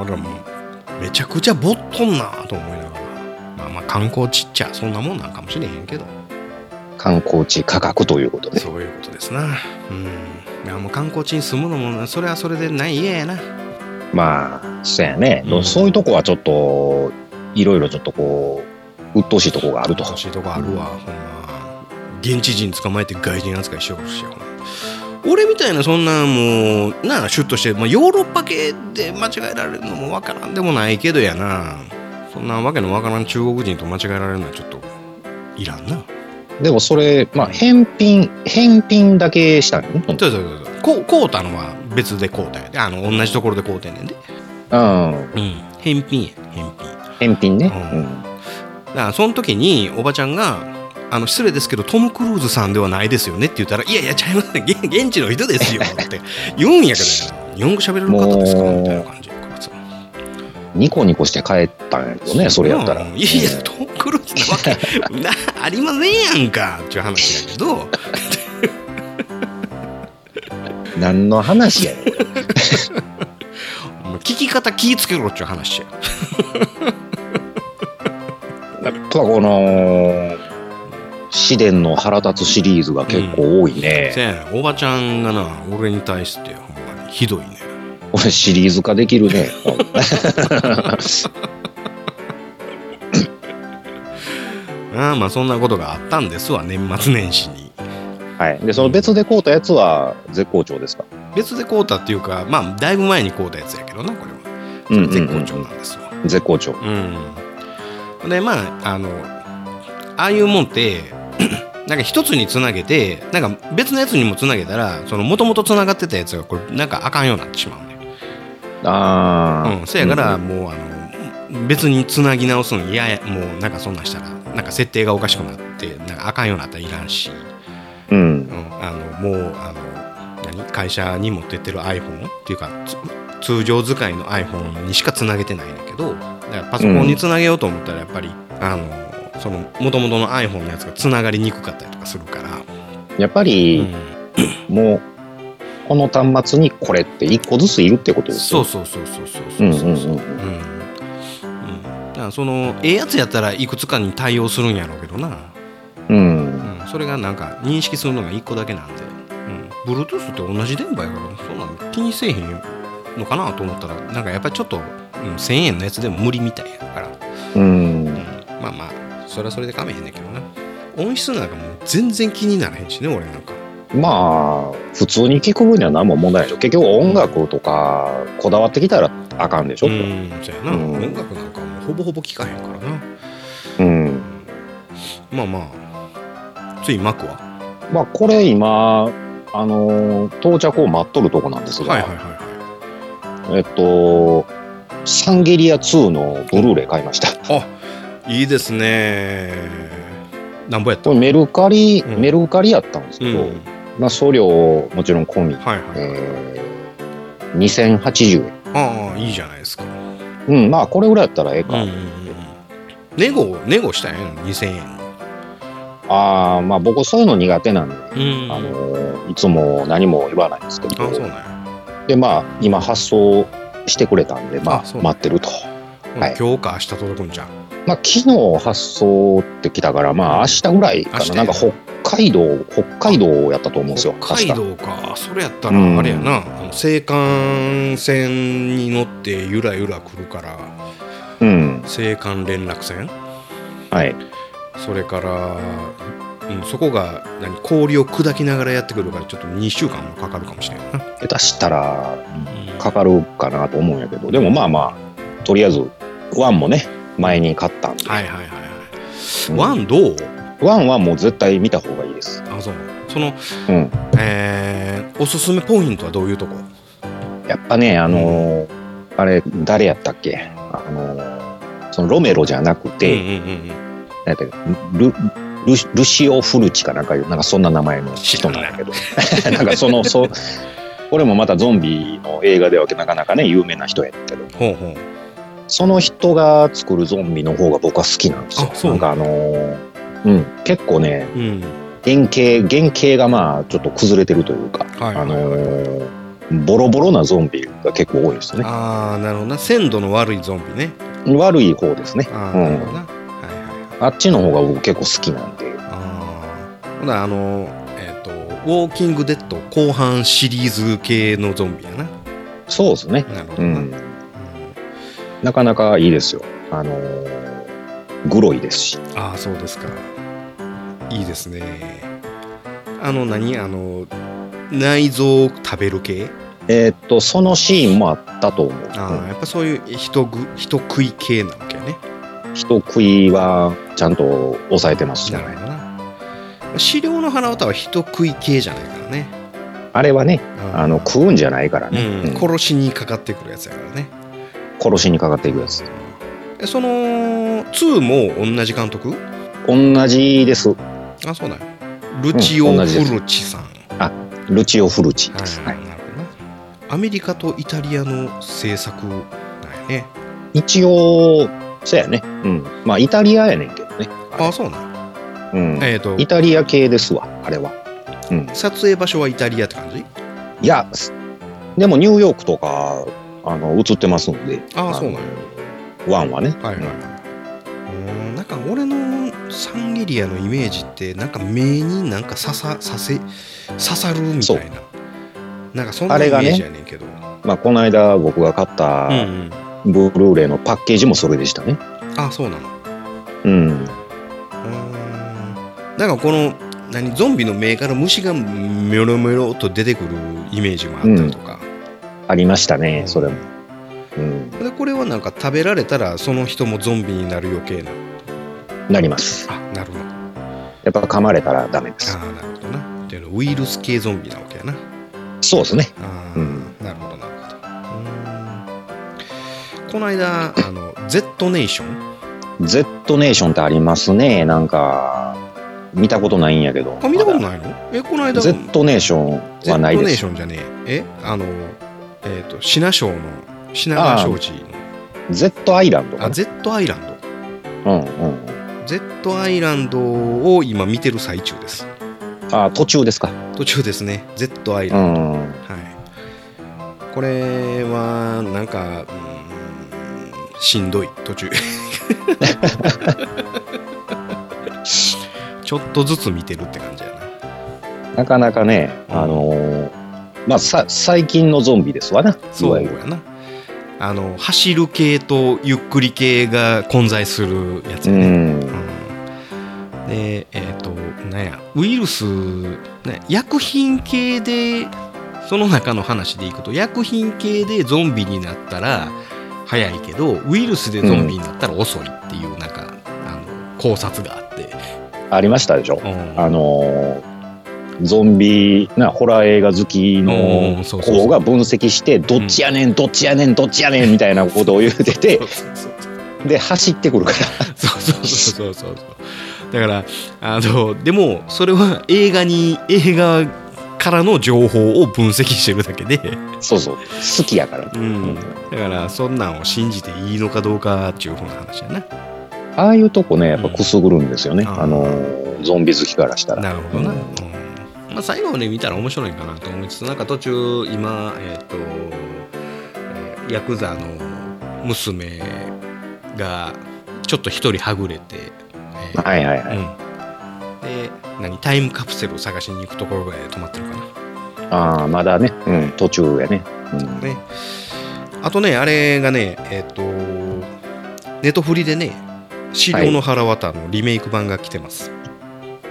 俺らもうめちゃくくちゃぼっとんなと思いながら、まあまあ観光地っちゃそんなもんなんかもしれへんけど、観光地価格ということ *laughs* で。そういうことですな。うん。いやもう観光地に住むのも、それはそれでない家やな。まあ、そうやね、そういうとこはちょっと、いろいろちょっとこう、鬱陶しいとこがあると。欲しいとこあるわ、ほんま。現地人捕まえて外人扱いしようしよう。俺みたいなそんなもうなあシュッとして、まあ、ヨーロッパ系で間違えられるのもわからんでもないけどやなそんなわけのわからん中国人と間違えられるのはちょっといらんなでもそれ、まあ、返品、返品だけしたのね。そうそうそうそうこうこうたのは別でこうたやであの同じところでこうてんねんでうん、うん返品や返品返品ね。うんだからその時におばちゃんが「あの失礼ですけどトム・クルーズさんではないですよね」って言ったら「いやいやちゃいますね現現地の人ですよ」って言うんやけど日本語喋れる方ですかみたいな感じやからさニコニコして帰ったんやけどね、それやったら。うんいやいやトム・クルーズなわけ *laughs* なありませんやんかっていう話やけど何の話 *laughs* やねん。お前聞き方気ぃつけろっていう話ややっぱこの、試練の腹立つシリーズが結構多いね。せやねんおばちゃんがな俺に対してほんまにひどいねこれシリーズ化でき *laughs* るね。ああまあそんなことがあったんですわ年末年始にはい。で、その別で買うたやつは絶好調ですか別で買うたっていうかまあだいぶ前に買うたやつやけどなこれはうんうんうん絶好調なんですわ絶好調。うんでまああのああいうもんって *clears throat* なんか一つにつなげてなんか別のやつにもつなげたらそのもともとつながってたやつがこれなんかあかんようになってしまうねああ。うんせやからもうあの別につなぎ直すの嫌やもうなんかそんなんしたらなんか設定がおかしくなってなんかあかんようになったらいらんしうん。うん、あのもうあの何会社に持ってってる iPhone っていうかつ通常使いの iPhone にしかつなげてないんだけどだからパソコンにつなげようと思ったらやっぱり、あのその元々の iPhone のやつがつながりにくかったりとかするから、やっぱうり、んもう、この端末にこれって一個ずついるってことですそうよそうそうそうそうそうそうそうううんうんうんうんんだからそのええやつやったらいくつかに対応するんやろうけどな、う。うん。うん、それがなんか認識するのが1個だけなんで、うん、Bluetooth って同じ電波やからそんなの気にせえへんのかなと思ったらなんかやっぱりちょっと、うん、1000円のやつでも無理みたいやから、うん。うん、まあまあそれはそれでかめへんねんけどな音質なんかもう全然気にならへんしね俺なんかまあ、普通に聞く分には何も問題ないでしょ。結局音楽とか、こだわってきたらあかんでしょ。うんそうやな、うん音楽なんかもうほぼほぼ聞かへんからなうん。まあまあついマックはまあ、これ今、あのー到着を待っとるとこなんですが、はいはいはいはえっと、サンゲリア2のブルーレイ買いました。 *laughs* いいいですねなんぼやったこれメルカリ、うんメルカリやったんですうけんど、まあ、送料もちろん込み、はいはい、えー、2080円。ああいいじゃないですかうん、まあ、これぐらいやったらええか。うんうんうんネゴネゴしたんやん2000円ああ、まあ、僕そういうの苦手なんで、うんあのーいつも何も言わないんですけあそうど、なんや、で、まあ、今発送してくれたんで、あまあ、そう待ってると。はい今日か明日届くんじゃんまあ、昨日発送ってきたから、まあ、明日ぐらいか明な日。やなんか北海道、北海道やったと思うんですよ。北海確か道かそれやったうらんあれやな、あの青函船に乗ってゆらゆら来るからうん。青函連絡船はい。それから、うん、そこが何氷を砕きながらやってくるからちょっと2週間もかかるかもしれないな、下手したら、かかるかなと思うんやけど、でもまあまあ、とりあえず、ワンもね、前に買ったんで。はいはいはいはいうんワンどうワンはもう絶対見た方がいいです。あそうその、うんえーおすすめポイントはどういうとこやっぱね、あのーあれ、誰やったっけあのーそのロメロじゃなうくんて、うんうんうんなんやったっけル、ルルシオ・フルチかなんかいう、なんかそんな名前の人なんだけど。なんかその、そう、これもまたゾンビの映画ではなかなかね、有名な人やけど、ほうほうその人が作るゾンビの方が僕は好きなんですよあ。そうなんかあのーうん、結構ね、うん原型、原型がまあ、ちょっと崩れてるというか、はいあのーボロボロなゾンビが結構多いですね。ああ、なるほどな。鮮度の悪いゾンビね。悪い方ですね。あうーなるほどん、な。あっちの方が僕結構好きなんで。ほな、あの、えっ、と、ウォーキングデッド後半シリーズ系のゾンビやな。そうですね。なるほうどな。ん。なかなかいいですよ。あのーグロいですし。ああ、そうですか。いいですね。あの、何あの、内臓を食べる系えーっと、そのシーンもあったと思う。ああ、やっぱそういう人ぐ人食い系なわけやね。人食いはちゃんと抑えてますしなるほどな。飼料の花歌は人食い系じゃないからね。あれはね、うんあの食うんじゃないからね、うんうん殺しにかかってくるやつやからね。殺しにかかっていくやつ。えその2も同じ監督同じです。あ、そうなんや。ルチオ・うフん同じですルチさん。あ、ルチオ・フルチです。はい、なるほどな。アメリカとイタリアの制作なんやね。一応、そうやね。うん。まあ、イタリアやねんけどね。あ、そうなんや。うん。えっ、と、イタリア系ですわ、あれは。うん。撮影場所はイタリアって感じいや、すでもニューヨークとか、あの、映ってますんで、あああ、のそうなんや。ワンはね。はいはいはい。うんなんか俺のサンゲリアのイメージってなんか目になんか刺さ刺せ刺さるみたいななんかそんなあイメれがねージやねんけど、まあ、この間僕が買ったう、んうん、ブルーレイのパッケージもそれでしたね。あそうなのうん。なんかこの何ゾンビの目から虫がメロメロっと出てくるイメージもあったりとか、ありましたね、それも。うん。でこれはなんか食べられたらその人もゾンビになる余計ななります。あなるほどあやっぱ噛まれたらダメです。ーなるほどなっていうのウイルス系ゾンビなわけやなそうですね。あーうん。なるほどなるほどうーんこの間あの Z ネーション Z ネーションってありますね。なんか、見たことないんやけど。あ見たことまないのえこの間だ Z ネーションはないで Z ネーすシ。ョンじゃねええあのえっ、と品庄の品川庄司の Z アイランドあかな。 Z アイランドうんうん。 Z アイランドを今見てる最中です。あ、途中ですか。途中ですね。Z アイうランド。ん。はい。これは、なんか、うーんしんどい、途 *laughs* 中。ちょっとずつ見てるって感じやな。なかなかね、あのーまあ、さ、最近のゾンビですわな。そういやわゆるな。あの、走る系とゆっくり系が混在するやつうやね。ん。うんで、えっ、と、なんや、ウイルス、ね、薬品系で、その中の話でいくと、薬品系でゾンビになったら早いけど、ウイルスでゾンビになったら遅いっていう、なんか、あの、考察があって。ありましたでしょ。うんあのーゾンビなホラー映画好きうのんそうそうそう子が分析してどっちやねんどっちやねんどっちやねんみたいなことを言うててそうそうで走ってくるからそうそうそうそうそうだからあのでもそれは映画に映画からの情報を分析してるだけで、そうそう好きやからうん、だからそんなんを信じていいのかどうかっていうふうな話やなああいうとこねやっぱくすぐるんですよね、うんあのーゾンビ好きからしたらなるほどな、ううんんまあ、最後まで見たら面白いかなと思いつつなんか途中今えっ、と、えーヤクザの娘がちょっと一人はぐれて、えーはいはいはい、うん、で何タイムカプセルを探しに行くところで止まってるかああまだね、うん、途中やね、うんな、ね、あとねあれがねえっ、とネトフリでね「資料の腹渡」のリメイク版が来てます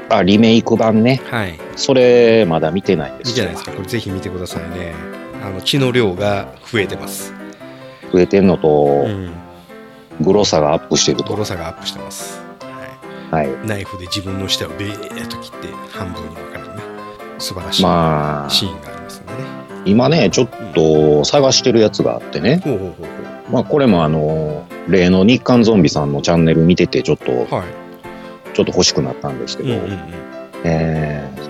あリメイク版ねはいそれまだ見てないでいいすじゃないですか、これぜひ見てくださいね。あの血の量が増えてます。増えてんのと、うん。グロさがアップしてるボとロさがアップしてます。ははいい、ナイフで自分の舌をベーッと切って半分に分かれるね。素晴らしい、まあシーンがありますんでね。今ねちょっと探してるやつがあってね、ほうほうほうまあ、これもあの例の日刊ゾンビさんのチャンネル見ててちょっとほう。はい。ちょっと欲しくなったんですけうんど、うんうん。えー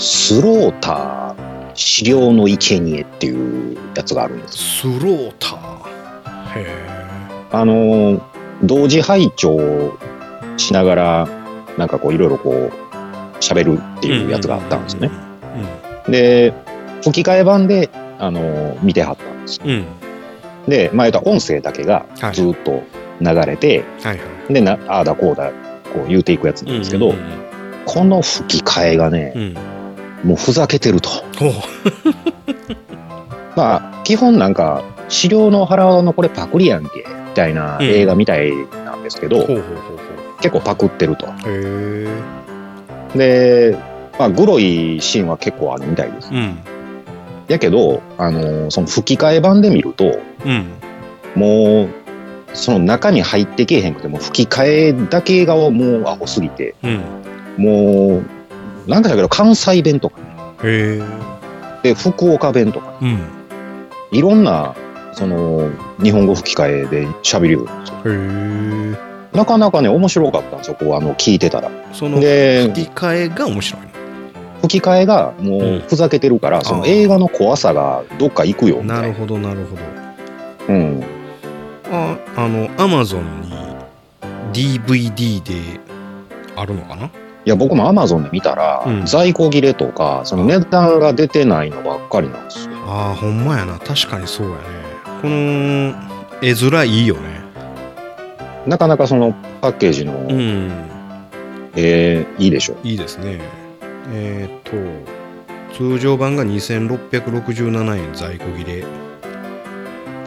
スローター狩猟の生贄っていうやつがあるんですスローター。へあの同時拝聴しながらなんかこういろいろこう喋るってえ。いうやつがあったんですうね、んうんうんうん。で吹き替え版であの見てはったんですよ。うん。で、まあ、言ったら音声だけがずっと流れて、はいはでなああだこうだこう言うていくやつなんですけど、この吹き替えがね、もうふざけてると。まあ基本なんか資料の腹のこれパクリやんけみたいな映画みたいなんですけど、結構パクってると。い。へえ。で、まあ、グロいシーンは結構あるみたいです。うん。やけど、あのその吹き替え版で見ると、うん。もう、その中に入ってけえへんくても、吹き替えだけがもうアホすぎて、うん。もう、なんかだけど、関西弁とか、へえ。で、福岡弁とか、うん。いろんな、その、日本語吹き替えで喋るようになるんですよ。へえ。なかなかね、面白かったんですよ、こう、あの、聞いてたら。そので、吹き替えが面白い。吹き替えがもうふざけてるから、その映画の怖さがどっか行くよみたいな。なるほどなるほど。うん。ああのアマゾンに DVD であるのかないや、僕も Amazon で見たら、うん在庫切れとか、その値段が出てないのばっかりなんですよ。ああほんまやな確かにそうやねこの絵面いいよねなかなかそのパッケージの、うんえーいいでしょう。いいですねえーっと通常版が2667円在庫切れ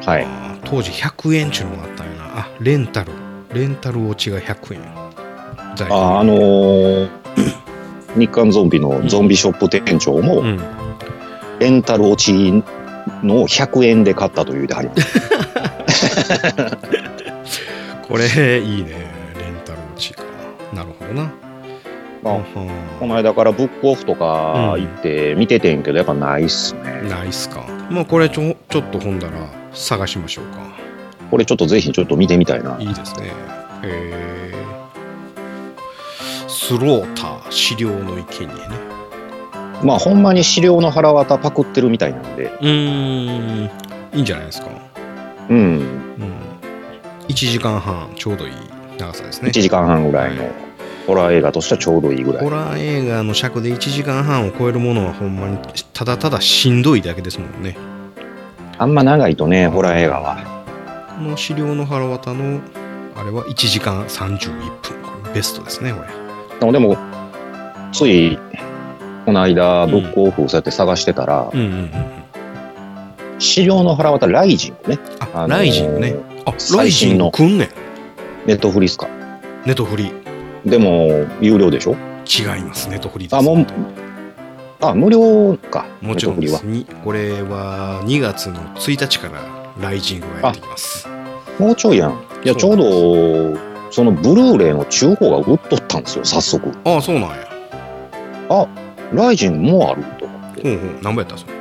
はい。当時100円っちゅうのがあったんやなあレンタルレンタル落ちが100円在庫あ、あの *laughs* ー日韓ゾンビのゾンビショップ店長も、レンタル落ちのを100円で買ったというではります。これいいねレンタル落ちかなるほどなまあはこの間からブックオフとか行って見ててんけど、やっぱないっすね。ないっすか。まあこれちょちょっとほんだら探しましょうかこれちょっとぜひちょっと見てみたいな。いいですねへえスローター資料の生贄ねまあほんまに資料の腹渡パクってるみたいなんで、うーんいいんじゃないですかうん、 1時間半ちょうどいい長さですね1時間半ぐらいのホラー映画としてはちょうどいいぐらい。ホラー映画の尺で1時間半を超えるものはほんまにただただしんどいだけですもんねあんま長いとね、ホラー映画は。この資料の腹渡のあれは1時間31分これベストですねこれでもでも、つい、この間、ブックオフそうやって探してたら、うんうん資料の腹渡ライジンね。あのーライジンね。あ、ライ最ジン新ののくんねん。ネットフリスか。ネトフリ。でも、有料でしょ違います、ネトフリです。あ、もう、あ、無料か。もちろんでネッす。トフにこれは2月の1日からライジングがやってきます。リは。もうちょいやん。いや、ちょうど、そのブルーレイの中古が売っとったんですよ、早速。ああ、そうなんや。あ、ライジンもうあると。ほうほう、何ぼやったそれ。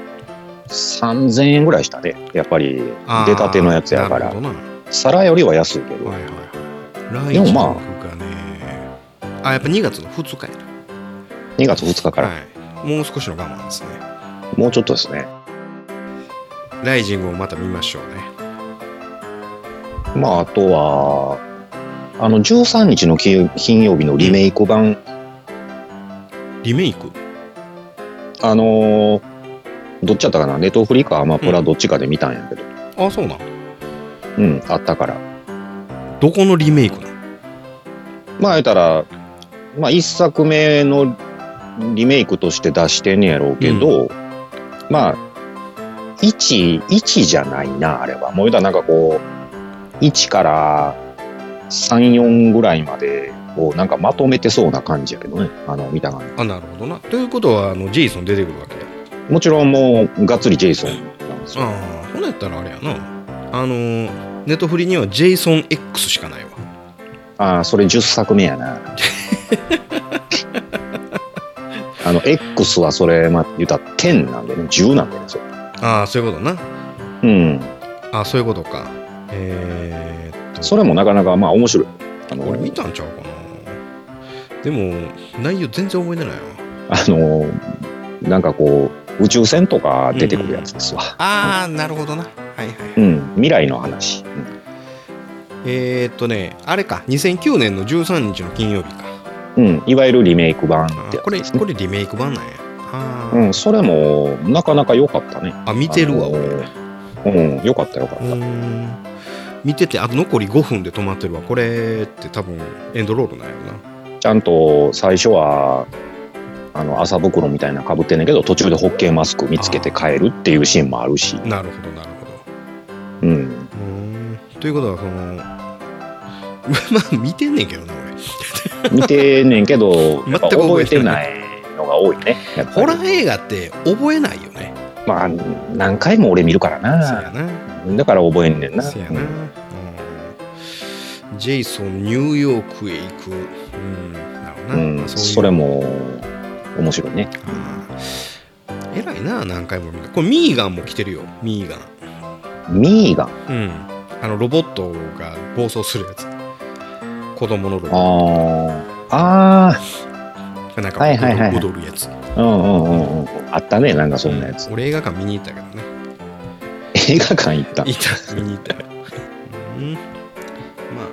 3000円ぐらいしたね。やっぱり、あー出たてのやつやかならるほ。どな。皿よりは安いけど。ライでジンもグまがあね、あ、やっぱ2月の2日やな2月2日から、もう少しの我慢ですね。もうちょっとですね。ライジングをまた見ましょうね。まあ、あとは、あの、13日の金金曜日のリメイク版、リメイクあのーどっちやったかな、ネトフリかアマプラどっちかで見たんやけど、ああ、そうなん。うん、あったから。どこのリメイクなまあ、言ったら、まあ、1作目のリメイクとして出してんねやろうけど、まあ、1、1じゃないな、あれは。もう言うたらなんかこう、1から3、4ぐらいまでをなんかまとめてそうな感じやけどね、あの、見た感じ。あ、なるほどな。ということは、あの、ジェイソン出てくるわけや。もちろんもう、がっつりジェイソン。ああほなやったらあれやなあのーネットフリにはジェイソン X しかないわああ、それ10作目や *laughs* な。あの、X はそれ、まあ、言うたら10なんでね、10なんでね、それ。ああそういうことなうん。ああそういうことかえー、っとそれもなかなか、まあ、面白い。あの俺見たんちゃうかなでも内容全然覚えてないわあの、なんかこう、宇宙船とか出てくるやつですわ。ああなるほどなはいはいうん、未来の話。えー、っとねあれか2009年の13日の金曜日かうん、いわゆるリメイク版ってやつこれこれリメイク版なんやあうん、それもなかなか良かったね。あ、見てるわ、俺。うん、良かった良かった。見ててあと残り5分で止まってるわこれって多分エンドロールなんやろなちゃんと最初は、あの、麻袋みたいなかぶってんねんけど、途中でホッケーマスク見つけて帰るっていうシーンもあるし。なるほどなるうん。ほどということはその *laughs* まあ見てんねんけどな俺見てんねんけど、 *laughs* 全やくっぱ覚えてないのが多いね。やっぱホりラー映画って覚えないよねまあ、何回も俺見るからそうやな。なだから覚えんねんな。そうやうな、うんジェイソンニューヨークへ行くうんなるほどな、まあうん、ういうそれも面白いね。偉いな何回も見るこれミーガンも来てるよミーガンミーガン。うんあのロボットが暴走するやつ子供のロボッああ。あトがなんかはいはいはいはい踊る踊るやつ、あ。うんうんうんうん。あったね、なんかそんなやつ。俺映画館見に行ったけどね映画館行った。いた見に行ったよ、うん、ま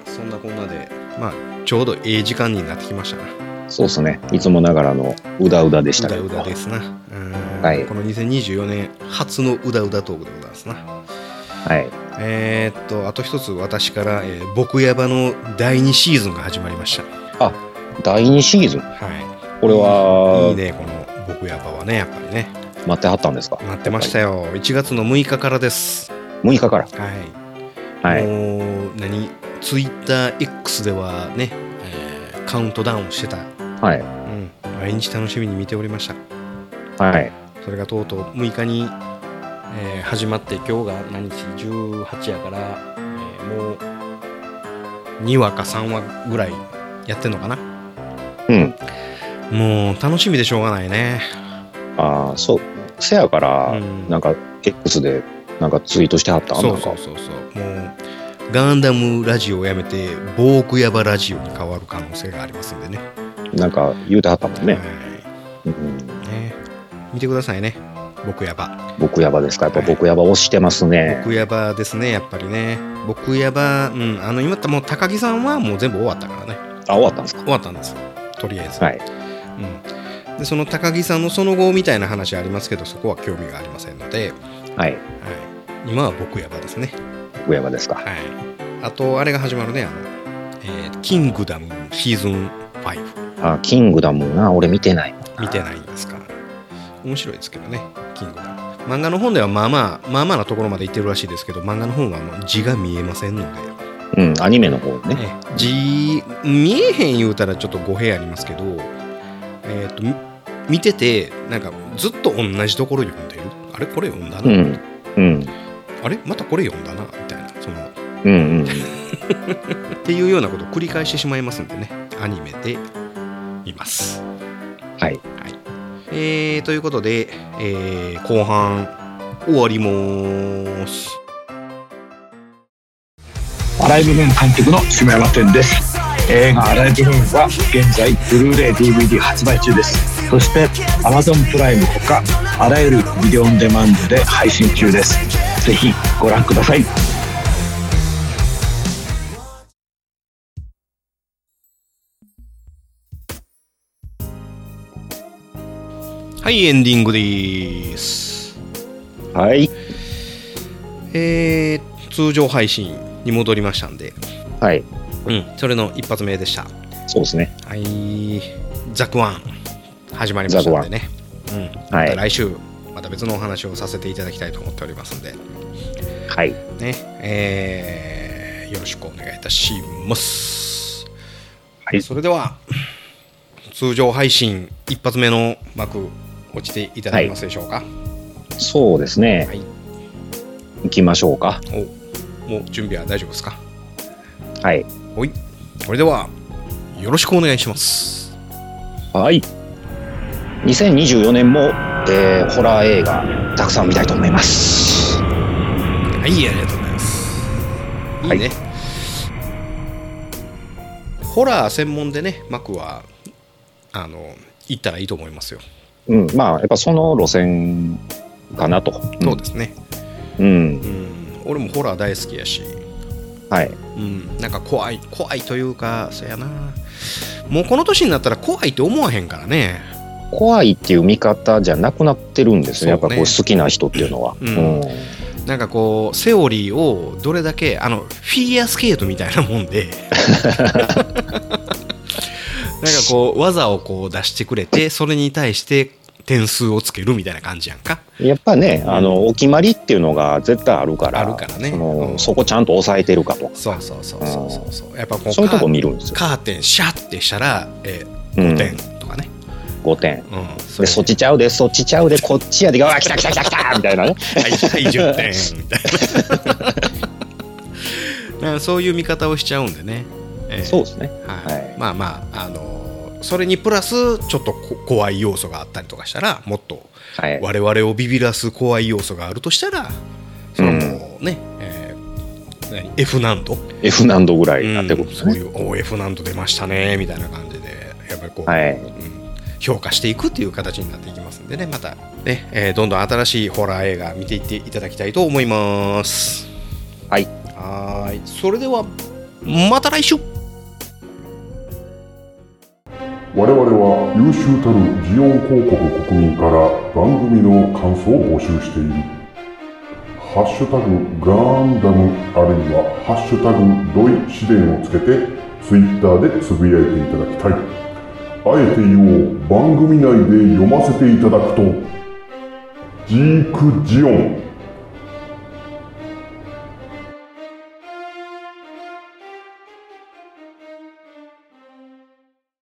あそんなこんなでまあちょうどええ時間になってきましたなそうっすね。いつもながらのうだうだでしたうけだどうだですな、うんはいこの2024年初のうだうだトークでございますなはい。えーっとあと一つ私から、えー僕やばの第2シーズンが始まりました第2シーズン。はこれいい、はいねこの僕やばはねやっぱりね待ってはったんですか待ってましたよ1月の6日からです6日かはら。いはい。もう何ツイッター X ではね、えーカウントダウンしてた、はい。うん、毎日楽しみに見ておりましたはい。それがとうとう6日に、えー始まって今日が何日18やから、えーもう2話か3話ぐらいやってんのかなうん。もう楽しみでしょうがないねああ、そう。せやから、うんなんか、X で、なんかツイートしてはったそなうんそかう。そうそうもうガンダムラジオをやめてボークヤバラジオに変わる可能性がありますんでねなんか、言うてはったもんね。はいうん、ね、見てくださいね僕やば僕やばですか。やっぱ僕やば押してますね。僕やばですねやっぱりね僕やばうんあの今ってもう高木さんはもう全部終わったからねあ、終わったんですか。終わったんですよとりあえず、はい。うん、でその高木さんのその後みたいな話ありますけどそこは興味がありませんので、はい。はい、今は僕やばですね僕やばですか。はいあとあれが始まるねあの、えーキングダムシーズン5あ、キングダムな、俺見てない。見てないんですから面白いですけどねキングダム漫画の本ではまあまあまあまあなところまでいってるらしいですけど漫画の本はもう字が見えませんのでうん、アニメの方ね。ね、字見えへん言うたらちょっと語弊ありますけど、えー、とみ見ててなんかずっと同じところ読んでるあれこれ読んだうな、ん。うん。あれまたこれ読んだなみたいなそのうんうん。っていうようなことを繰り返してしまいますんでねアニメで見ます。はい。えー、ということで、えー後半終わります。アライブメン監督の下山天です映画「アライブメン」は現在ブルーレイ DVD 発売中ですそして Amazon プライムほかあらゆるビデオオンデマンドで配信中ですぜひご覧くださいはいエンディングです。はい。えー通常配信に戻りましたんで、はい。うん、それの一発目でした。そうですね。はい、ザクワン始まりましたんでね、うん、まはいた来週また別のお話をさせていただきたいと思っておりますんで、はい。ねえーよろしくお願いいたします。はいそれでは通常配信一発目の幕落ちていただけますでしょうか。そうですね。はい行きましょうか。おもう準備は大丈夫ですか。はい。はい、それではよろしくお願いします。はい。2024年も、えーホラー映画たくさん見たいと思います。はい、ありがとうございます。いいはいね。ホラー専門でね、幕は、あの、行ったらいいと思いますよ。うん。まあ、やっぱその路線かなと。そうですね。うん。うん。俺もホラー大好きやし、はい。うん。なんか怖い、怖いというか、そやな。もうこの年になったら怖いって思わへんからね。怖いっていう見方じゃなくなってるんですね、やっぱこうそうね好きな人っていうのは。うんなんかこうセオリーをどれだけあのフィギュアスケートみたいなもん *laughs* でなんかこう技をこう出してくれてそれに対して点数をつけるみたいな感じやんかやっぱね、あのお決まりっていうのが絶対あるから、ねそのそこちゃんと抑えてるかとか、そうそうそうそうそうそうやっぱこそういうとこ見るんカでーカーテンシャッてしたら、えうー、5ん点とかね、 5点、そでそっちちゃうで、そっちちゃうで、こっちやで、うわ、来た来た来た来たみたいなね、はいはい10点みたいななんかそういう見方をしちゃうんでね、えーそうですね、はいまあまああのーそれにプラスちょっとこ怖い要素があったりとかしたらもっとはい我々をビビらす怖い要素があるとしたらそれはもうね、えー何 F 難度 F 難度ぐらいになってくるんですそうね。いうおー F 難度出ましたねみたいな感じでやっぱりこう、はい評価していくっていう形になっていきますんでねまたね、えーどんどん新しいホラー映画見ていっていただきたいと思いますはいはーいそれではまた来週我々は優秀たるジオン広告国民から番組の感想を募集している「ハッシュタグガンダム」あるいは「ハッシュタグドイ試練」をつけてツイッターでつぶやいていただきたいあえて言おう番組内で読ませていただくとジークジオン